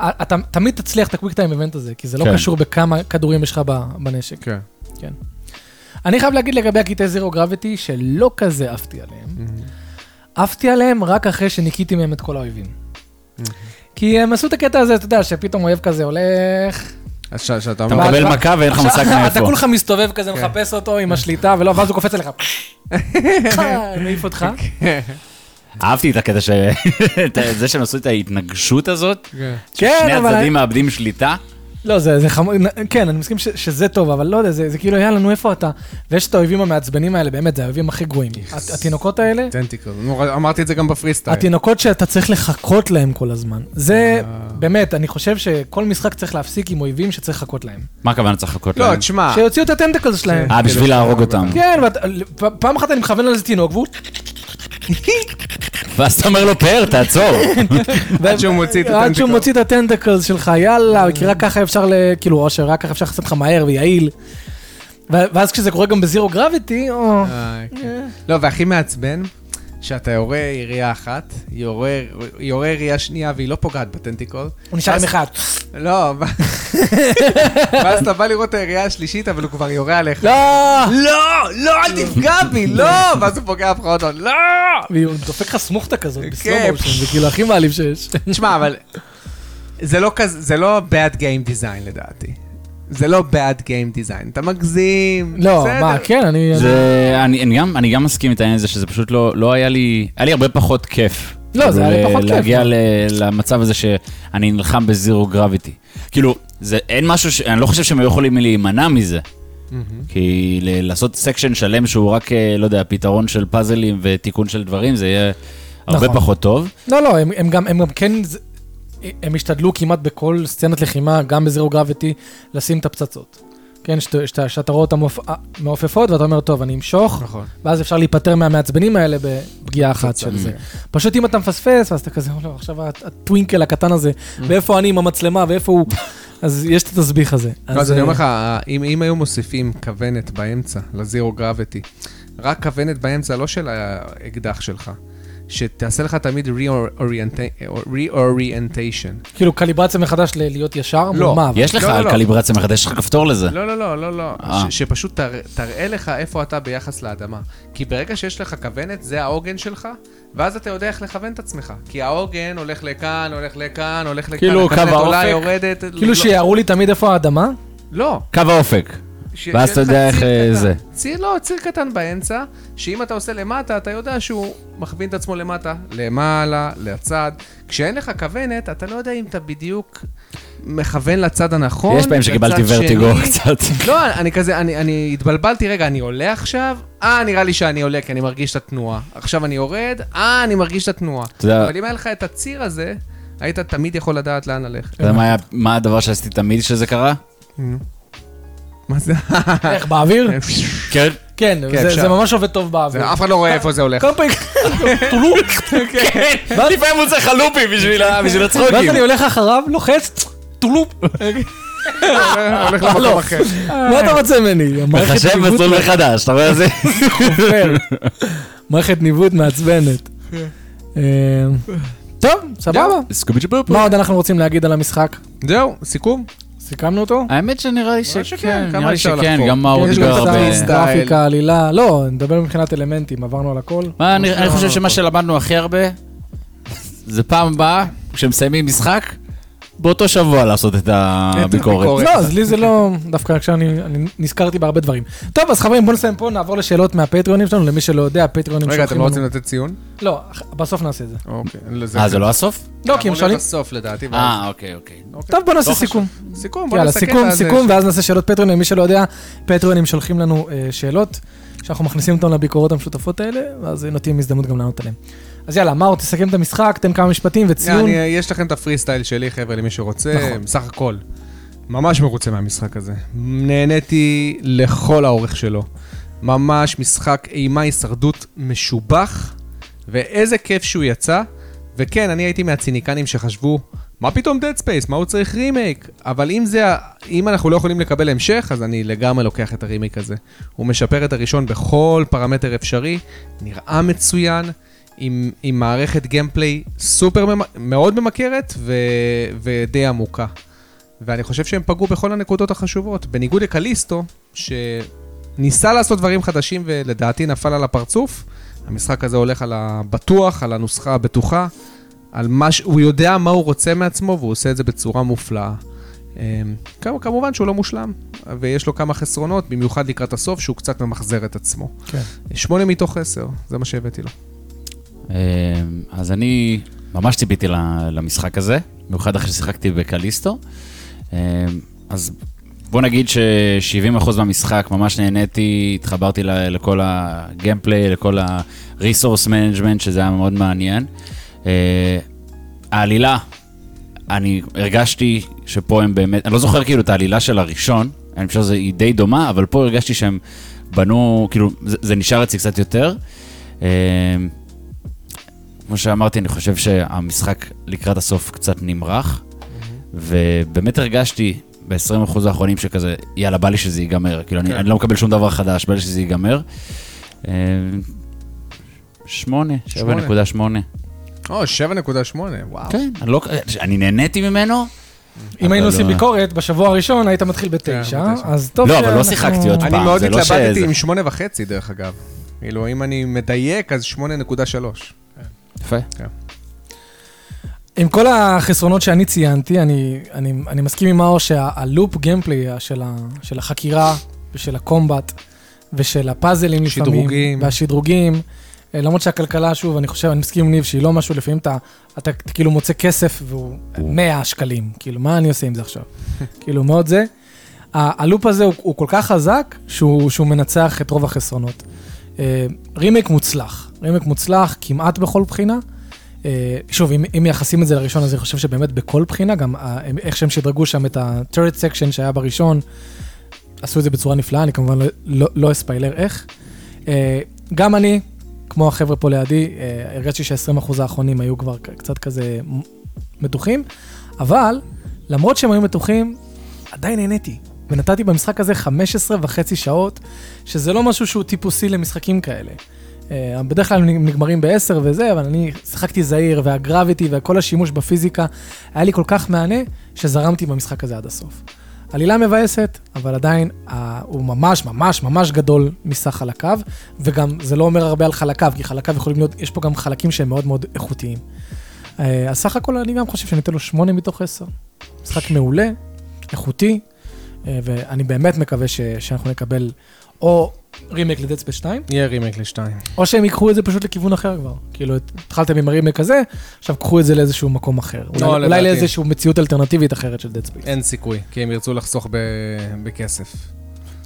[SPEAKER 2] אתה תמיד תצליח את הקוויק טיים איבנט הזה, כי זה לא
[SPEAKER 4] כן.
[SPEAKER 2] קשור בכמה כדורים יש לך ב- בנשק.
[SPEAKER 3] כן.
[SPEAKER 2] אני חייב להגיד לגבי הקטעי זירו גרביטי, שלא כזה עפתי עליהם. עפתי עליהם רק אחרי שניקיתי מהם את כל האויבים. כי הם עשו את הקטע הזה, אתה יודע, שפתאום אויב כזה הולך...
[SPEAKER 3] אז ש- שאתה
[SPEAKER 4] אתה
[SPEAKER 3] אומר...
[SPEAKER 4] מקבל
[SPEAKER 2] אתה-
[SPEAKER 4] מכה ואין לך מושג
[SPEAKER 2] אתה
[SPEAKER 4] מאיפה.
[SPEAKER 2] כולך מסתובב כזה, מחפש אותו עם השליטה, ולא, ואז הוא קופץ עליך. מעיף אותך.
[SPEAKER 4] אהבתי את הקטע ש... את זה שהם עשו את ההתנגשות הזאת,
[SPEAKER 3] כן.
[SPEAKER 4] שני
[SPEAKER 2] כן, אבל...
[SPEAKER 4] הצדדים מאבדים שליטה.
[SPEAKER 2] לא, זה, זה חמור, נ- כן, אני מסכים ש, שזה טוב, אבל לא יודע, זה, זה כאילו, יאללה, נו, איפה אתה? ויש את האויבים המעצבנים האלה, באמת, זה האויבים הכי גרועים. הת- התינוקות האלה,
[SPEAKER 3] טנטיקל. נו, אמרתי את זה גם בפרי סטייל.
[SPEAKER 2] התינוקות שאתה צריך לחכות להם כל הזמן. זה,
[SPEAKER 3] אה.
[SPEAKER 2] באמת, אני חושב שכל משחק צריך להפסיק עם אויבים שצריך לחכות להם.
[SPEAKER 4] מה הכוונה צריך לחכות
[SPEAKER 3] לא,
[SPEAKER 4] להם?
[SPEAKER 3] תשמע,
[SPEAKER 2] שיוציאו את הטנטקלס
[SPEAKER 3] כן.
[SPEAKER 2] שלהם.
[SPEAKER 4] אה, בשביל להרוג אותם.
[SPEAKER 2] כן, ואת- פ- פעם אחת אני מכוון על איזה תינוק, והוא...
[SPEAKER 4] ואז אתה אומר לו, פאר, תעצור.
[SPEAKER 3] עד שהוא מוציא את
[SPEAKER 2] אה, עד שהוא
[SPEAKER 3] הטנטיקל.
[SPEAKER 2] מוציא את הטנטקלס שלך, יאללה, כי רק ככה אפשר, ל- כאילו, אושר, רק ככה אפשר לעשות לך מהר ויעיל. ו- ואז כשזה קורה גם בזירו גרביטי, או...
[SPEAKER 3] אה, כן. לא, והכי מעצבן, שאתה יורה ירייה אחת, יורה- יורה ירייה שנייה והיא לא פוגעת בטנטיקל.
[SPEAKER 2] הוא נשאר עם
[SPEAKER 3] ואז-
[SPEAKER 2] אחד.
[SPEAKER 3] לא, ו- ואז אתה בא לראות את הירייה השלישית, אבל הוא כבר יורה עליך.
[SPEAKER 2] לא!
[SPEAKER 3] לא, לא, אל תפגע בי, לא! ואז הוא פוגע בך עוד עוד, לא!
[SPEAKER 2] והוא דופק לך סמוכתה כזאת, בסלום
[SPEAKER 3] כן.
[SPEAKER 2] מושן, זה כאילו הכי מעליב שיש.
[SPEAKER 3] תשמע, אבל זה לא כזה, זה לא bad game design לדעתי. זה לא bad game design, אתה מגזים.
[SPEAKER 2] לא,
[SPEAKER 3] בסדר.
[SPEAKER 2] מה, כן, אני...
[SPEAKER 4] זה, אני, אני, גם, אני גם מסכים את העניין הזה שזה פשוט לא, לא היה לי, היה לי הרבה פחות כיף.
[SPEAKER 2] לא, זה היה לי
[SPEAKER 4] כאילו,
[SPEAKER 2] פחות כיף.
[SPEAKER 4] להגיע ל, למצב הזה שאני נלחם בזירו גרביטי. כאילו, זה, אין משהו, ש, אני לא חושב שהם היו יכולים להימנע מזה. כי ל- לעשות סקשן שלם שהוא רק, אה, לא יודע, פתרון של פאזלים ותיקון של דברים, זה יהיה הרבה
[SPEAKER 2] נכון.
[SPEAKER 4] פחות טוב.
[SPEAKER 2] לא, לא, הם, הם, גם, הם גם כן... זה- הם השתדלו כמעט בכל סצנת לחימה, גם בזירו גרביטי, לשים את הפצצות. כן, שאת- שאתה שאתה רואה אותן מעופ- אה, מעופפות ואתה אומר, טוב, אני אמשוך,
[SPEAKER 3] נכון.
[SPEAKER 2] ואז אפשר להיפטר מהמעצבנים האלה בפגיעה אחת של זה. פשוט אם אתה מפספס, ואז אתה כזה, "לא, עכשיו הט- הטווינקל הקטן הזה,
[SPEAKER 3] Mm.
[SPEAKER 2] ואיפה אני עם המצלמה, ואיפה הוא, אז יש את התסביך הזה.
[SPEAKER 3] לא, אז אני
[SPEAKER 2] אה,
[SPEAKER 3] אומר לך, אם אם היו מוסיפים כוונת באמצע, לזירו גרביטי, רק כוונת באמצע, לא של האקדח שלך, שתעשה לך תמיד
[SPEAKER 1] אה.
[SPEAKER 3] re-orientation.
[SPEAKER 2] כאילו קליברציה מחדש ל- להיות ישר, מול
[SPEAKER 3] לא,
[SPEAKER 2] מה? אבל?
[SPEAKER 4] יש לך
[SPEAKER 3] לא, לא.
[SPEAKER 4] קליברציה מחדש, יש לך כפתור לזה.
[SPEAKER 3] לא, לא, לא, לא, לא.
[SPEAKER 4] אה.
[SPEAKER 3] ש- שפשוט תר- תראה לך איפה אתה ביחס לאדמה. כי ברגע שיש לך כוונת, זה העוגן שלך, ואז אתה יודע איך לכוון את עצמך. כי העוגן הולך לכאן, הולך לכאן, הולך לכאן,
[SPEAKER 1] כאילו,
[SPEAKER 3] הכוונת
[SPEAKER 1] קו
[SPEAKER 3] עולה,
[SPEAKER 1] האופק?
[SPEAKER 3] יורדת. לא-
[SPEAKER 2] כאילו שיערו לי תמיד איפה האדמה,
[SPEAKER 3] לא.
[SPEAKER 4] קו האופק.
[SPEAKER 3] ש-
[SPEAKER 4] ואז
[SPEAKER 3] שיש
[SPEAKER 4] אתה יודע
[SPEAKER 3] לך
[SPEAKER 4] איך,
[SPEAKER 3] ציר
[SPEAKER 4] אה,
[SPEAKER 3] קטן.
[SPEAKER 4] זה.
[SPEAKER 3] ציר, לא, ציר קטן באמצע, שאם אתה עושה למטה, אתה יודע שהוא מכווין את עצמו למטה, למעלה, לצד. כשאין לך כוונת, אתה לא יודע אם אתה בדיוק מכוון לצד הנכון.
[SPEAKER 2] נכון,
[SPEAKER 4] יש פעמים
[SPEAKER 3] לצד
[SPEAKER 4] שקיבלתי ורטיגו
[SPEAKER 3] שני.
[SPEAKER 4] קצת.
[SPEAKER 3] לא, אני כזה, אני, אני התבלבלתי, רגע, אני עולה עכשיו? אה, נראה לי שאני עולה, כי אני מרגיש את התנועה. עכשיו אני יורד? אה, אני מרגיש את התנועה.
[SPEAKER 4] אתה יודע-
[SPEAKER 3] אבל אם היה לך את הציר הזה, היית תמיד יכול לדעת לאן ללכת.
[SPEAKER 4] אתה יודע מה היה- מה הדבר שעשיתי תמיד שזה קרה?
[SPEAKER 3] מה זה?
[SPEAKER 2] איך באוויר?
[SPEAKER 4] כן.
[SPEAKER 2] כן,
[SPEAKER 3] אה. כן,
[SPEAKER 2] זה-
[SPEAKER 3] אפשר.
[SPEAKER 2] זה ממש עובד טוב באוויר.
[SPEAKER 3] אף אחד לא רואה איפה זה הולך.
[SPEAKER 2] כל פעם, טולוק,
[SPEAKER 4] כן. לפעמים הוא צריך חלופי בשביל ה- בשביל
[SPEAKER 2] ואז
[SPEAKER 4] הצחוקים.
[SPEAKER 2] אני הולך אחריו, לוחץ, טולופ,
[SPEAKER 4] לא,
[SPEAKER 3] הולך למקום אחר.
[SPEAKER 2] מה אתה רוצה ממני? המערכת
[SPEAKER 4] מחשב
[SPEAKER 2] ניווט
[SPEAKER 4] מסלול מחדש, אתה רואה זה?
[SPEAKER 2] עובר. מערכת ניווט מעצבנת.
[SPEAKER 3] כן.
[SPEAKER 2] אה, טוב, סבבה. מה עוד אנחנו רוצים להגיד על המשחק?
[SPEAKER 3] זהו, סיכום.
[SPEAKER 2] סיכמנו אותו?
[SPEAKER 4] האמת שנראה לי
[SPEAKER 3] נראה
[SPEAKER 4] שכן,
[SPEAKER 3] שכן, כמה
[SPEAKER 4] נראה לי
[SPEAKER 3] אפשר
[SPEAKER 4] שכן,
[SPEAKER 3] לחפור?
[SPEAKER 4] גם מאור
[SPEAKER 2] יש
[SPEAKER 4] דיבר
[SPEAKER 2] גם
[SPEAKER 4] הרבה.
[SPEAKER 2] סאונד,
[SPEAKER 3] סטייל.
[SPEAKER 2] גרפיקה, עלילה, לא, נדבר מבחינת אלמנטים, עברנו על הכל.
[SPEAKER 4] מה, אני אני חושב
[SPEAKER 3] לא,
[SPEAKER 4] שמה
[SPEAKER 3] לא.
[SPEAKER 4] שלמדנו הכי הרבה, זה פעם הבאה, כשמסיימים משחק, באותו שבוע לעשות את הביקורת.
[SPEAKER 3] הביקורת.
[SPEAKER 2] לא, אז לי זה לא, דווקא כשאני אני נזכרתי בהרבה דברים. טוב, אז חברים, בואו נסיים פה, נעבור לשאלות מהפטריונים שלנו, למי שלא יודע, הפטריונים
[SPEAKER 3] רגע, אתם
[SPEAKER 2] שולחים
[SPEAKER 3] לא
[SPEAKER 2] לנו.
[SPEAKER 3] רוצים לתת ציון?
[SPEAKER 2] לא, בסוף נעשה את זה.
[SPEAKER 3] אוקיי.
[SPEAKER 4] אה, זה לא הסוף?
[SPEAKER 2] לא, כי הם שואלים...
[SPEAKER 3] בסוף לדעתי. ואז-
[SPEAKER 4] אה, אוקיי, אוקיי.
[SPEAKER 3] אוקיי.
[SPEAKER 2] טוב, בוא נעשה
[SPEAKER 3] לא
[SPEAKER 2] סיכום.
[SPEAKER 3] חשוב. סיכום, בוא
[SPEAKER 2] יאללה,
[SPEAKER 3] נסכם.
[SPEAKER 2] סיכום,
[SPEAKER 3] ואז-
[SPEAKER 2] סיכום, ואז נעשה שאלות פטרונים. למי שלא יודע, פטרונים שולחים לנו אה, שאלות, שאנחנו מכניסים אותם לביקורות המשותפות האלה, ואז נותנים הזדמנות גם לענות עליהם. אז יאללה, מאור, תסכם את המשחק, תן כמה משפטים
[SPEAKER 3] יאללה,
[SPEAKER 2] וציון.
[SPEAKER 3] אני- יש לכם את הפרי סטייל שלי, חבר'ה, למי שרוצה.
[SPEAKER 2] נכון.
[SPEAKER 3] בסך הכל. ממש מרוצה מהמשחק הזה. נהניתי לכל האורך שלו. ממש משחק אימה הישרדות משובח, ואיזה כיף שהוא יצא. וכן, אני הייתי מהציניקנים שחשבו, מה פתאום Dead Space, מה הוא צריך רימייק? אבל אם זה, ה- אם אנחנו לא יכולים לקבל המשך, אז אני לגמרי לוקח את הרימייק הזה. הוא משפר את הראשון בכל פרמטר אפשרי, נראה מצוין, עם, עם מערכת גיימפליי סופר, ממ- מאוד ממכרת ו, ודי עמוקה. ואני חושב שהם פגעו בכל הנקודות החשובות. בניגוד לקליסטו, שניסה לעשות דברים חדשים ולדעתי נפל על הפרצוף, המשחק הזה הולך על הבטוח, על הנוסחה הבטוחה, על מה ש... הוא יודע מה הוא רוצה מעצמו והוא עושה את זה בצורה מופלאה. אמ, כמ- כמובן שהוא לא מושלם, ויש לו כמה חסרונות, במיוחד לקראת הסוף, שהוא קצת ממחזר את עצמו.
[SPEAKER 2] כן.
[SPEAKER 3] שמונה מתוך עשר, זה מה שהבאתי לו.
[SPEAKER 4] אה, אז אני ממש ציפיתי ל- למשחק הזה, במיוחד אחרי ששיחקתי בקליסטו. אה, אז בוא נגיד ש-70% מהמשחק ממש נהניתי, התחברתי ל- לכל הגיימפליי, לכל ה-resource management, שזה היה מאוד מעניין. אה, העלילה, אני הרגשתי שפה הם באמת, אני לא זוכר כאילו את העלילה של הראשון, אני חושב שהיא די דומה, אבל פה הרגשתי שהם בנו, כאילו, זה, זה נשאר אצלי קצת יותר. אה, כמו שאמרתי, אני חושב שהמשחק לקראת הסוף קצת נמרח, ובאמת הרגשתי ב-20% האחרונים שכזה, יאללה, בא לי שזה ייגמר. כאילו, אני, אני לא מקבל שום דבר חדש, בא לי שזה ייגמר. אה, שמונה, שבע
[SPEAKER 3] שמונה.
[SPEAKER 4] נקודה שמונה.
[SPEAKER 3] או, 7.8, וואו.
[SPEAKER 4] כן, אני, לא, אני נהניתי ממנו.
[SPEAKER 2] אם היינו
[SPEAKER 4] אבל
[SPEAKER 2] עושים
[SPEAKER 4] לא-
[SPEAKER 2] ביקורת, בשבוע הראשון היית מתחיל בתשע,
[SPEAKER 3] כן, בתשע.
[SPEAKER 2] אז טוב
[SPEAKER 4] לא, אבל לא
[SPEAKER 2] שאנחנו-
[SPEAKER 4] שיחקתי עוד
[SPEAKER 3] אני
[SPEAKER 4] פעם,
[SPEAKER 3] מאוד
[SPEAKER 4] זה לא
[SPEAKER 3] התלבטתי
[SPEAKER 4] שזה.
[SPEAKER 3] עם שמונה וחצי, דרך אגב. כאילו, אם אני מדייק, אז 8.3.
[SPEAKER 4] יפה.
[SPEAKER 2] עם כל החסרונות שאני ציינתי, אני, אני, אני מסכים עם מאור שהלופ גיימפליי של, ה, של החקירה ושל הקומבט ושל הפאזלים לפעמים.
[SPEAKER 3] שדרוגים.
[SPEAKER 2] והשדרוגים. אה, למרות שהכלכלה, שוב, אני חושב, אני מסכים עם ניב שהיא לא משהו, לפעמים אתה, אתה, אתה כאילו מוצא כסף והוא 100 שקלים. כאילו, מה אני עושה עם זה עכשיו? כאילו, מאוד זה. ה- הלופ הזה הוא, הוא כל כך חזק, שהוא, שהוא מנצח את רוב החסרונות. אה, רימייק מוצלח. רימייק מוצלח כמעט בכל בחינה. אה, שוב, אם, אם מייחסים את זה לראשון, אז אני חושב אה, שבאמת בכל בחינה, גם ה- הם- איך שהם שדרגו שם את ה-turret section שהיה בראשון, עשו את זה בצורה נפלאה, אני כמובן לא, לא, לא אספיילר איך. אה, גם אני, כמו החבר'ה פה לידי, אה, הרגשתי שה-20% האחרונים היו כבר ק- קצת כזה מ- מתוחים, אבל למרות שהם היו מתוחים, עדיין נהניתי. ונתתי במשחק הזה 15 וחצי שעות, שזה לא משהו שהוא טיפוסי למשחקים כאלה. אה, בדרך כלל הם נגמרים ב-10 וזה, אבל אני שיחקתי זהיר, והגרביטי וכל השימוש בפיזיקה, היה לי כל כך מהנה, שזרמתי במשחק הזה עד הסוף. עלילה מבאסת, אבל עדיין אה, הוא ממש ממש ממש גדול מסך חלקיו, וגם זה לא אומר הרבה על חלקיו, כי חלקיו יכולים להיות, יש פה גם חלקים שהם מאוד מאוד איכותיים. אה, אז סך הכל אני גם חושב שאני אתן לו 8 מתוך 10. משחק מעולה, איכותי, אה, ואני באמת מקווה ש, שאנחנו נקבל או רימייק לדד ספייס 2,
[SPEAKER 3] יהיה רימייק לשתיים.
[SPEAKER 2] או שהם ייקחו את זה פשוט לכיוון אחר כבר. כאילו, הת- התחלתם עם הרימייק הזה, עכשיו קחו את זה לאיזשהו מקום אחר. אולי,
[SPEAKER 3] לא,
[SPEAKER 2] אולי
[SPEAKER 3] לדעתי.
[SPEAKER 2] לאיזשהו מציאות אלטרנטיבית אחרת של דד ספייס.
[SPEAKER 3] אין סיכוי, כי הם ירצו לחסוך ב- בכסף.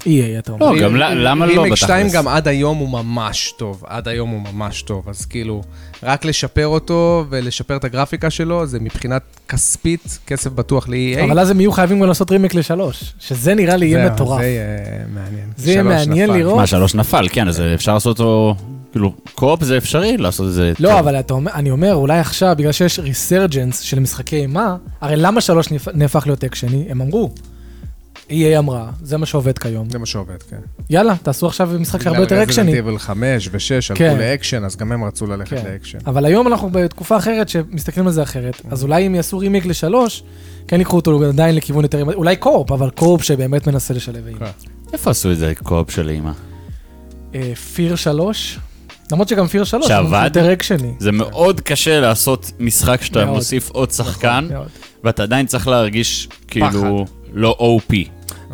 [SPEAKER 2] EA, אתה אומר.
[SPEAKER 4] לא, גם ל- למה לא
[SPEAKER 3] רימייק
[SPEAKER 4] בתכלס?
[SPEAKER 3] 2 גם עד היום הוא ממש טוב, עד היום הוא ממש טוב, אז כאילו, רק לשפר אותו ולשפר את הגרפיקה שלו, זה מבחינת כספית, כסף בטוח ל-EA.
[SPEAKER 2] אבל אז הם יהיו חייבים גם לעשות רימייק לשלוש, שזה נראה לי יהיה
[SPEAKER 3] זהו,
[SPEAKER 2] מטורף.
[SPEAKER 3] זה יהיה מעניין.
[SPEAKER 2] זה יהיה
[SPEAKER 3] שלוש
[SPEAKER 2] מעניין
[SPEAKER 3] נפל.
[SPEAKER 2] לראות.
[SPEAKER 4] מה, שלוש נפל, כן, אז אפשר לעשות אותו, כאילו, קו-אופ זה אפשרי לעשות את זה.
[SPEAKER 2] לא,
[SPEAKER 4] טוב.
[SPEAKER 2] אבל אתה אומר, אני אומר, אולי עכשיו, בגלל שיש ריסרג'נס של משחקי אימה, הרי למה שלוש נפ- נהפך להיות אקשני? הם אמרו. EA אמרה, זה מה שעובד כיום.
[SPEAKER 3] זה מה שעובד, כן.
[SPEAKER 2] יאללה, תעשו עכשיו משחק הרבה יותר
[SPEAKER 3] בגלל
[SPEAKER 2] אקשני.
[SPEAKER 3] רזידנט 5 ו-6
[SPEAKER 2] כן.
[SPEAKER 3] הלכו לאקשן, אז גם הם רצו ללכת
[SPEAKER 2] כן.
[SPEAKER 3] לאקשן.
[SPEAKER 2] אבל היום אנחנו בתקופה אחרת שמסתכלים על זה אחרת, אז אולי אם יעשו רימיק לשלוש, כן ייקחו אותו עדיין לכיוון יותר, אימה. אולי קורפ, אבל קורפ שבאמת מנסה לשלב אימה.
[SPEAKER 3] כן.
[SPEAKER 4] איפה עשו את זה, קו-אופ של אימא?
[SPEAKER 2] אה, פיר שלוש, למרות שגם פיר שלוש, הוא
[SPEAKER 4] שעבד?
[SPEAKER 2] יותר אקשני.
[SPEAKER 4] זה מאוד קשה לעשות משחק שאתה
[SPEAKER 2] מאוד. נכון,
[SPEAKER 4] מוסיף עוד שחקן,
[SPEAKER 2] מאוד.
[SPEAKER 4] ואתה עדיין צריך להרגיש כאילו לא OP.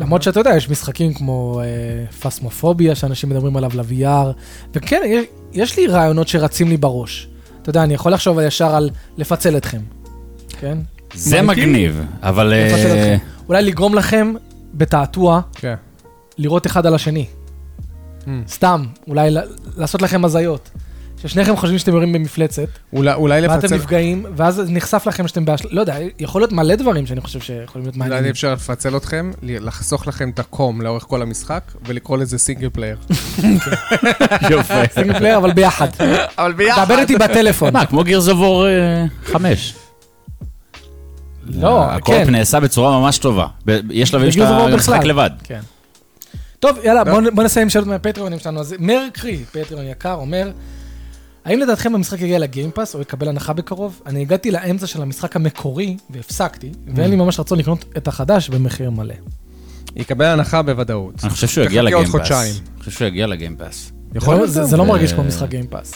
[SPEAKER 2] למרות שאתה יודע, יש משחקים כמו אה, פסמופוביה, שאנשים מדברים עליו ל-VR, וכן, יש, יש לי רעיונות שרצים לי בראש. אתה יודע, אני יכול לחשוב ישר על לפצל אתכם, כן?
[SPEAKER 4] זה
[SPEAKER 2] אמיתי?
[SPEAKER 4] מגניב, אבל... אה,
[SPEAKER 2] לפצל אתכם. אולי לגרום לכם בתעתוע
[SPEAKER 3] כן.
[SPEAKER 2] לראות אחד על השני.
[SPEAKER 3] Mm.
[SPEAKER 2] סתם, אולי ל- לעשות לכם הזיות. ששניכם חושבים שאתם יורים במפלצת,
[SPEAKER 3] אולי- אולי
[SPEAKER 2] ואתם
[SPEAKER 3] לפצל...
[SPEAKER 2] נפגעים, ואז נחשף לכם שאתם באש... לא יודע, יכול להיות מלא דברים שאני חושב שיכולים להיות
[SPEAKER 3] אולי
[SPEAKER 2] מעניינים.
[SPEAKER 3] אי אפשר לפצל אתכם, ל- לחסוך לכם את הקום לאורך כל המשחק, ולקרוא לזה סינגל פלייר.
[SPEAKER 4] אה, יופי.
[SPEAKER 2] סינגל פלייר, אבל ביחד.
[SPEAKER 3] אבל
[SPEAKER 2] דבר איתי בטלפון.
[SPEAKER 4] מה, כמו גיר זבור אה, חמש.
[SPEAKER 2] לא, כן.
[SPEAKER 4] הקו-אופ נעשה בצורה ממש טובה. ב- יש שלבים
[SPEAKER 2] בגיר זבור
[SPEAKER 4] שאתה משחק
[SPEAKER 2] בכלל.
[SPEAKER 4] לבד.
[SPEAKER 2] כן. טוב, יאללה,
[SPEAKER 3] לא.
[SPEAKER 2] בואו בוא נסיים עם שאלות מהפטריונים שלנו. אז מרקרי, פטריון יקר, אומר, האם לדעתכם המשחק יגיע לגיימפאס או יקבל הנחה בקרוב? אני הגעתי לאמצע של המשחק המקורי והפסקתי, ואין לי ממש רצון לקנות את החדש במחיר מלא.
[SPEAKER 3] יקבל הנחה בוודאות.
[SPEAKER 2] אה.
[SPEAKER 4] אני חושב שהוא יגיע
[SPEAKER 3] תחכה עוד
[SPEAKER 4] לגיימפאס.
[SPEAKER 3] חודשיים.
[SPEAKER 4] אני חושב שהוא יגיע לגיימפאס.
[SPEAKER 3] יכול להיות
[SPEAKER 2] זה,
[SPEAKER 3] זה.
[SPEAKER 2] זה לא
[SPEAKER 4] זה-
[SPEAKER 2] מרגיש כמו משחק גיימפאס.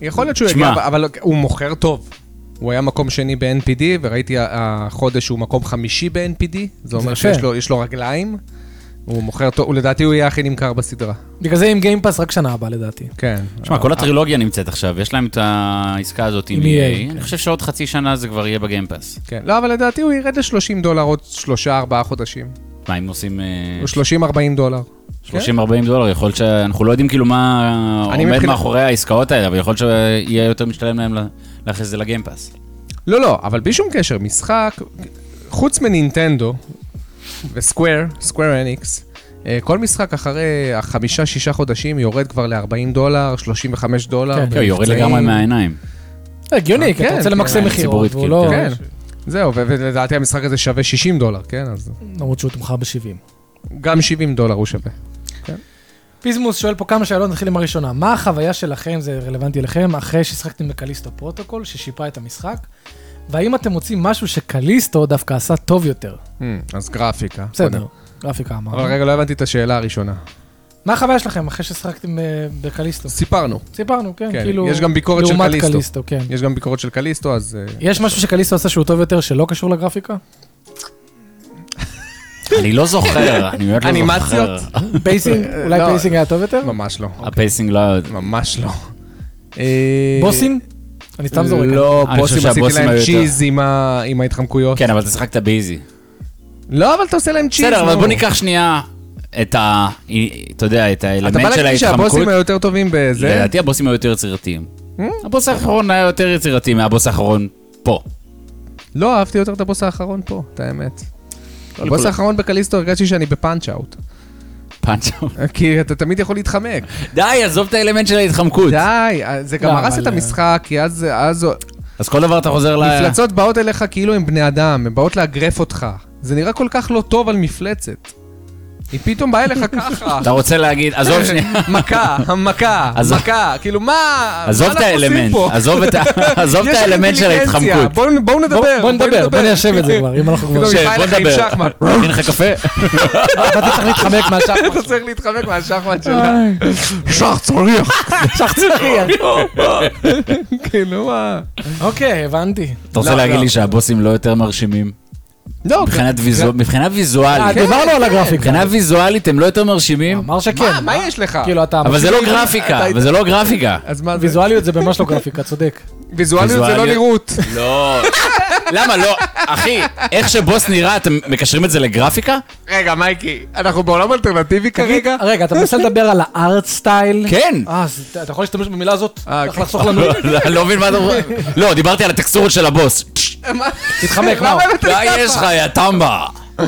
[SPEAKER 3] יכול להיות שהוא
[SPEAKER 4] תשמע.
[SPEAKER 3] יגיע, אבל- אבל הוא מוכר טוב. הוא היה מקום שני ב-NPD, וראיתי ה- החודש שהוא מקום חמישי ב-NPD, זה אומר
[SPEAKER 2] יפה.
[SPEAKER 3] שיש לו- יש לו רגליים. הוא מוכר טוב, הוא לדעתי הוא יהיה הכי נמכר בסדרה.
[SPEAKER 2] בגלל זה עם גיימפאס רק שנה הבאה לדעתי.
[SPEAKER 3] כן.
[SPEAKER 4] תשמע, כל הטרילוגיה נמצאת עכשיו, יש להם את העסקה הזאת עם
[SPEAKER 2] עם
[SPEAKER 3] E
[SPEAKER 2] EA,
[SPEAKER 4] EA.
[SPEAKER 2] כן.
[SPEAKER 4] אני חושב שעוד חצי שנה זה כבר יהיה בגיימפאס.
[SPEAKER 3] כן. לא, אבל לדעתי הוא ירד ל-30 דולר עוד 3-4 חודשים.
[SPEAKER 4] מה, אם עושים אה,
[SPEAKER 3] הוא 30-40 דולר.
[SPEAKER 4] 30-40 דולר, יכול להיות שאנחנו לא יודעים כאילו מה
[SPEAKER 3] כן. אני
[SPEAKER 4] עומד
[SPEAKER 3] מבחינת-
[SPEAKER 4] מאחורי העסקאות האלה, אבל יכול להיות שיהיה יותר משתלם להם לה- להכניס את זה לגיימפאס.
[SPEAKER 3] לא, לא, אבל בלי שום קשר, משחק, חוץ מנינטנדו וסקוואר, סקוואר אניקס, אה, כל משחק אחרי החמישה-שישה חודשים יורד כבר ל-40 דולר, 35 דולר.
[SPEAKER 2] כן.
[SPEAKER 4] כן, הוא יורד
[SPEAKER 3] במבצעים.
[SPEAKER 4] לגמרי מהעיניים.
[SPEAKER 2] אה, הגיוני, כי
[SPEAKER 3] כן,
[SPEAKER 2] אתה רוצה
[SPEAKER 3] כן,
[SPEAKER 2] למקסם מכירות,
[SPEAKER 4] ציבורית,
[SPEAKER 2] והוא
[SPEAKER 4] כאילו,
[SPEAKER 2] לא...
[SPEAKER 3] כן. זהו, ו- ולדעתי המשחק הזה שווה 60 דולר, כן? אז
[SPEAKER 2] למרות שהוא תומכה ב-70.
[SPEAKER 3] גם 70 דולר הוא שווה.
[SPEAKER 2] פיזמוס שואל פה כמה שאלות, נתחיל עם הראשונה. מה החוויה שלכם, זה רלוונטי אליכם, אחרי ששחקתם בקליסטו פרוטוקול, ששיפרה את המשחק? והאם אתם מוצאים משהו שקליסטו דווקא עשה טוב יותר?
[SPEAKER 3] Hmm, אז גרפיקה.
[SPEAKER 2] בסדר,
[SPEAKER 3] קודם.
[SPEAKER 2] גרפיקה
[SPEAKER 3] אבל
[SPEAKER 2] אמרנו.
[SPEAKER 3] רגע, לא הבנתי את השאלה הראשונה.
[SPEAKER 2] מה החוויה שלכם אחרי ששחקתם אה, בקליסטו?
[SPEAKER 3] סיפרנו.
[SPEAKER 2] סיפרנו, כן,
[SPEAKER 3] כן,
[SPEAKER 2] כאילו...
[SPEAKER 3] יש גם ביקורת של
[SPEAKER 2] לעומת
[SPEAKER 3] קליסטו.
[SPEAKER 2] קליסטו, כן.
[SPEAKER 3] יש גם ביקורת של קליסטו, אז... אה,
[SPEAKER 2] יש משהו שקליסטו עשה שהוא טוב יותר שלא קשור לגרפיקה?
[SPEAKER 4] אני לא זוכר, אני באמת לא
[SPEAKER 3] אנימציות?
[SPEAKER 4] זוכר.
[SPEAKER 2] פייסינג, אולי
[SPEAKER 3] לא.
[SPEAKER 2] פייסינג היה טוב יותר?
[SPEAKER 3] ממש לא.
[SPEAKER 4] הפייסינג לא...
[SPEAKER 3] ממש לא. אה,
[SPEAKER 2] בוסים? אני סתם זורק.
[SPEAKER 3] לא,
[SPEAKER 4] אני
[SPEAKER 3] בוסים
[SPEAKER 4] חושב
[SPEAKER 3] עשיתי
[SPEAKER 4] שהבוסים
[SPEAKER 3] להם
[SPEAKER 4] היו יותר-
[SPEAKER 3] צ'יז עם ה- עם ההתחמקויות.
[SPEAKER 4] כן, אבל אתה שיחקת באיזי.
[SPEAKER 3] לא, אבל אתה עושה להם צ'יז.
[SPEAKER 4] בסדר, אבל
[SPEAKER 3] נו.
[SPEAKER 4] בוא ניקח שנייה את ה... אתה יודע, את
[SPEAKER 3] אתה בא
[SPEAKER 4] האלמנט של
[SPEAKER 3] להגיד
[SPEAKER 4] ההתחמקות.
[SPEAKER 3] שהבוסים היותר טובים בזה?
[SPEAKER 4] לדעתי הבוסים היו יותר יצירתיים.
[SPEAKER 3] אה,
[SPEAKER 4] הבוס האחרון היה יותר יצירתי מהבוס האחרון פה.
[SPEAKER 3] לא, אהבתי יותר את הבוס האחרון פה, את האמת. הבוס
[SPEAKER 4] לכולם.
[SPEAKER 3] האחרון בקליסטו הרגשתי שאני בפאנצ' אאוט.
[SPEAKER 4] פאנצ'אוט.
[SPEAKER 3] כי אתה תמיד יכול להתחמק.
[SPEAKER 4] די, עזוב את האלמנט של ההתחמקות.
[SPEAKER 3] די, זה גם
[SPEAKER 2] לא,
[SPEAKER 3] הרס
[SPEAKER 2] אבל,
[SPEAKER 3] את המשחק, כי אז... אז
[SPEAKER 4] אז כל דבר אתה חוזר ל...
[SPEAKER 3] מפלצות באות אליך כאילו הן בני אדם, הן באות לאגרף אותך. זה נראה כל כך לא טוב על מפלצת. היא פתאום באה אליך ככה.
[SPEAKER 4] אתה רוצה להגיד, עזוב שנייה.
[SPEAKER 3] מכה, מכה,
[SPEAKER 4] עזוב-
[SPEAKER 3] מכה, כאילו מה, מה
[SPEAKER 4] עזוב את
[SPEAKER 3] אנחנו עושים
[SPEAKER 4] האלמנט,
[SPEAKER 3] פה?
[SPEAKER 4] עזוב את ה- עזוב את
[SPEAKER 3] יש
[SPEAKER 4] האלמנט של
[SPEAKER 3] אינטליגנציה,
[SPEAKER 4] ההתחמקות.
[SPEAKER 3] בואו בואו נדבר,
[SPEAKER 2] בוא- בוא נדבר, בוא ניישב את זה כבר, אם אנחנו כבר...
[SPEAKER 3] פתאום
[SPEAKER 4] שב,
[SPEAKER 3] היא באה
[SPEAKER 4] בוא
[SPEAKER 3] אליך עם
[SPEAKER 4] נדבר.
[SPEAKER 3] שחמט.
[SPEAKER 4] תכין לך קפה.
[SPEAKER 2] אתה צריך להתחמק מהשחמט. אה.
[SPEAKER 3] אתה צריך להתחמק מהשחמט שלה. שח צוריח.
[SPEAKER 2] שח צעיר.
[SPEAKER 3] כאילו מה.
[SPEAKER 2] אוקיי, הבנתי.
[SPEAKER 4] אתה רוצה
[SPEAKER 3] לא,
[SPEAKER 4] להגיד
[SPEAKER 3] לא.
[SPEAKER 4] לי שהבוסים לא יותר מרשימים?
[SPEAKER 3] לא,
[SPEAKER 4] מבחינת ויזו- מבחינה
[SPEAKER 2] אה,
[SPEAKER 3] כן?
[SPEAKER 4] ויזואלית.
[SPEAKER 2] דיברנו על הגרפיק.
[SPEAKER 4] מבחינה ויזואלית הם לא יותר מרשימים,
[SPEAKER 2] אמר שכן.
[SPEAKER 3] מה, מה יש לך?
[SPEAKER 2] כאילו, אתה...
[SPEAKER 4] אבל זה לא
[SPEAKER 3] אתה-
[SPEAKER 4] גרפיקה,
[SPEAKER 3] אתה-
[SPEAKER 4] וזה לא גרפיקה.
[SPEAKER 3] אז מה זה?
[SPEAKER 2] ויזואליות זה ממש לא גרפיקה, צודק.
[SPEAKER 3] ויזואליות זה לא
[SPEAKER 4] ויזואליות.
[SPEAKER 3] נראות.
[SPEAKER 4] לא. למה לא? אחי, איך שבוס נראה, אתם מקשרים את זה לגרפיקה?
[SPEAKER 3] רגע, מייקי, אנחנו בעולם אלטרנטיבי כרגע?
[SPEAKER 2] רגע, אתה מנסה לדבר על הארט סטייל?
[SPEAKER 4] כן.
[SPEAKER 2] אה, אז אתה- אתה יכול להשתמש במילה הזאת?
[SPEAKER 3] אה,
[SPEAKER 2] צריך
[SPEAKER 3] כן.
[SPEAKER 2] לחסוך לנו.
[SPEAKER 4] לא, לא מבין מה אתה אומר. לא, דיברתי על הטקסטורות של
[SPEAKER 3] לא,
[SPEAKER 4] הבוס.
[SPEAKER 2] תתחמק,
[SPEAKER 3] למה
[SPEAKER 2] מה?
[SPEAKER 3] הבאת לי
[SPEAKER 4] מה
[SPEAKER 3] ככה?
[SPEAKER 4] יש לך, יא טמבה?
[SPEAKER 2] האם-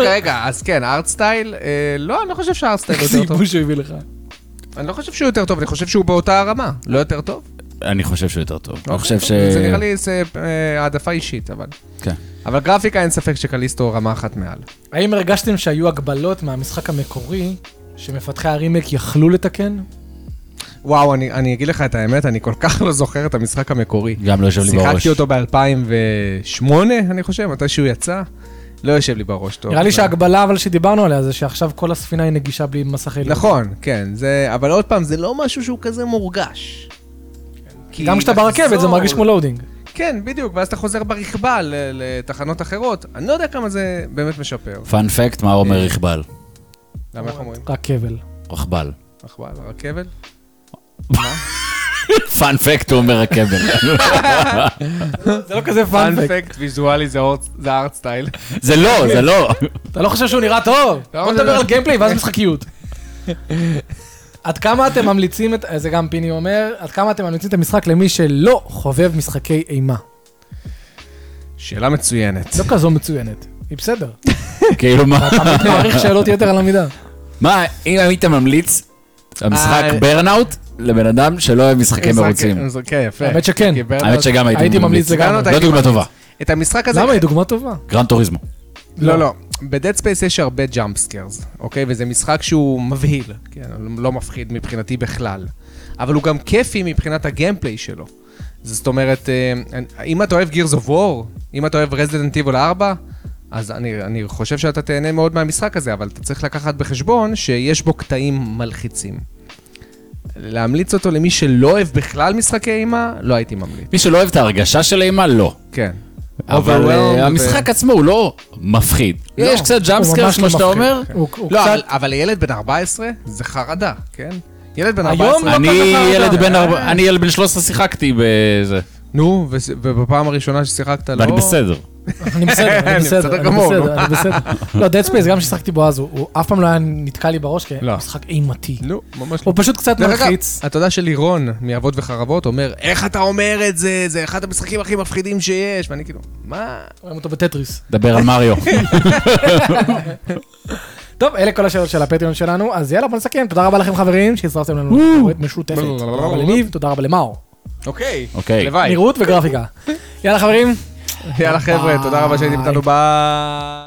[SPEAKER 3] רגע, רגע, אז כן, ארט סטייל, אה, לא, אני לא חושב שהארט סטייל
[SPEAKER 2] איזה
[SPEAKER 3] יותר טוב.
[SPEAKER 2] ייבוש הוא הביא לך.
[SPEAKER 3] אני לא חושב שהוא יותר טוב, אני חושב שהוא באותה הרמה. לא יותר טוב?
[SPEAKER 4] אני חושב שהוא יותר טוב. אני חושב ש...
[SPEAKER 3] אוקיי, זה נראה לי זה, אה, העדפה אישית, אבל...
[SPEAKER 4] כן.
[SPEAKER 3] אבל גרפיקה אין ספק שקליסטו רמה אחת מעל.
[SPEAKER 2] האם הרגשתם שהיו הגבלות מהמשחק המקורי שמפתחי הרימק יכלו לתקן?
[SPEAKER 3] לא, וואו, אני, אני אגיד לך את האמת, אני כל כך לא זוכר את המשחק המקורי.
[SPEAKER 4] גם לא יושב לי בראש.
[SPEAKER 3] שיחקתי אותו ב-2008, אני חושב, מתי שהוא יצא. לא יושב לי בראש טוב.
[SPEAKER 2] נראה לי
[SPEAKER 3] לא.
[SPEAKER 2] שההגבלה אבל שדיברנו עליה זה שעכשיו כל הספינה היא נגישה בלי מסך עילית.
[SPEAKER 3] נכון, כן, זה... אבל עוד פעם, זה לא משהו שהוא כזה מורגש. כי
[SPEAKER 2] גם כשאתה ברכבת זה
[SPEAKER 3] לחזור-
[SPEAKER 2] מרגיש כמו לואודינג.
[SPEAKER 3] כן, בדיוק, ואז אתה חוזר ברכבה ל- לתחנות אחרות. אני לא יודע כמה זה באמת משפר.
[SPEAKER 4] פאנפקט, מה
[SPEAKER 3] אה.
[SPEAKER 4] אומר רכבל?
[SPEAKER 2] נכון.
[SPEAKER 3] למה איך אומרים?
[SPEAKER 2] רק כבל.
[SPEAKER 4] רכבל.
[SPEAKER 3] רכבל, רכבל?
[SPEAKER 4] פאנפקט, הוא אומר הכבל.
[SPEAKER 2] זה לא כזה פאנפק.
[SPEAKER 3] פאנפקט ויזואלי זה אורט- זה הארט סטייל.
[SPEAKER 4] זה לא, זה לא.
[SPEAKER 2] אתה לא חושב שהוא נראה טוב? בוא נדבר על גיימפליי ואז משחקיות. עד כמה אתם ממליצים, את, זה גם פיני אומר, עד כמה אתם ממליצים את המשחק למי שלא חובב משחקי אימה?
[SPEAKER 3] שאלה מצוינת.
[SPEAKER 2] לא כזו מצוינת, היא בסדר.
[SPEAKER 4] כאילו מה?
[SPEAKER 2] אני מעריך שאלות יתר על המידה.
[SPEAKER 4] מה, אם היית ממליץ, המשחק
[SPEAKER 3] אה,
[SPEAKER 4] ברנאוט, לבן אדם שלא אוהב משחקי מרוצים.
[SPEAKER 3] משחק- כן, יפה.
[SPEAKER 2] האמת שכן.
[SPEAKER 3] כי ברנאוט-
[SPEAKER 4] האמת שגם
[SPEAKER 2] הייתי
[SPEAKER 4] הייתי
[SPEAKER 2] ממליץ
[SPEAKER 4] ממליץ.
[SPEAKER 2] לגמרי.
[SPEAKER 3] ברנאוט
[SPEAKER 4] לא
[SPEAKER 3] הייתי
[SPEAKER 4] דוגמה
[SPEAKER 3] ממליץ.
[SPEAKER 4] טובה.
[SPEAKER 3] את המשחק הזה...
[SPEAKER 2] למה? היא דוגמה טובה.
[SPEAKER 4] גרן טוריזמו.
[SPEAKER 3] לא, לא. בדד ספייס יש הרבה ג'אמפ סקיירס, אוקיי? וזה משחק שהוא מבהיל. כן, הוא לא מפחיד מבחינתי בכלל. אבל הוא גם כיפי מבחינת הגיימפליי שלו. זאת אומרת, אה, אם אתה אוהב Gears of War, אם אתה אוהב Resident Evil 4, אז אני, אני חושב שאתה תהנה מאוד מהמשחק הזה, אבל אתה צריך לקחת בחשבון שיש בו קטעים מלחיצים. להמליץ אותו למי שלא אוהב בכלל משחקי אימה, לא הייתי ממליץ.
[SPEAKER 4] מי שלא אוהב את ההרגשה של אימה, לא.
[SPEAKER 3] כן.
[SPEAKER 4] אבל
[SPEAKER 3] Overwhelmed
[SPEAKER 4] אה, המשחק עצמו הוא לא מפחיד.
[SPEAKER 2] לא,
[SPEAKER 4] יש קצת
[SPEAKER 2] הוא
[SPEAKER 4] ג'אמפסקר,
[SPEAKER 2] ממש
[SPEAKER 4] כמו
[SPEAKER 2] לא
[SPEAKER 4] שאתה
[SPEAKER 2] מפחיד.
[SPEAKER 4] אומר.
[SPEAKER 2] הוא- הוא
[SPEAKER 3] לא,
[SPEAKER 2] קצת-
[SPEAKER 3] אבל, אבל ילד בן 14 זה חרדה, כן? ילד בן
[SPEAKER 2] היום
[SPEAKER 3] 14...
[SPEAKER 2] לא
[SPEAKER 4] אני
[SPEAKER 2] כזה חרדה.
[SPEAKER 4] ילד בן ארבע- אני ילד בן 13 שיחקתי בזה,
[SPEAKER 3] נו, ו- ובפעם הראשונה ששיחקת לא...
[SPEAKER 4] ואני בסדר.
[SPEAKER 2] אני בסדר, אני
[SPEAKER 3] אני
[SPEAKER 2] בסדר,
[SPEAKER 3] בסדר
[SPEAKER 2] אני
[SPEAKER 3] גמור,
[SPEAKER 2] בסדר,
[SPEAKER 3] נו.
[SPEAKER 2] אני בסדר. לא, Dead Space, גם כששחקתי בו אז, הוא- הוא אף פעם לא היה נתקע לי בראש
[SPEAKER 3] לא.
[SPEAKER 2] כמשחק אימתי.
[SPEAKER 3] נו, ממש לא.
[SPEAKER 2] הוא פשוט קצת
[SPEAKER 3] דרך אגב,
[SPEAKER 2] מלחיץ.
[SPEAKER 3] אתה יודע שלירון מאבות וחרבות אומר, איך אתה אומר את זה? זה אחד המשחקים הכי מפחידים שיש. ואני כאילו, מה?
[SPEAKER 2] רואים אותו בטטריס.
[SPEAKER 4] דבר על מריו.
[SPEAKER 2] טוב, אלה כל השאלות של הפטריון שלנו, אז יאללה, בוא נסכם. תודה רבה לכם חברים שהצטרפתם לנו לחברות משותפת. תודה רבה לניב, תודה רבה למאור.
[SPEAKER 3] אוקיי.
[SPEAKER 4] אוקיי.
[SPEAKER 3] הלוואי.
[SPEAKER 2] נראות וגרפיקה. יאללה חברים.
[SPEAKER 3] יאללה חבר'ה, תודה רבה שהייתם איתנו, ביי.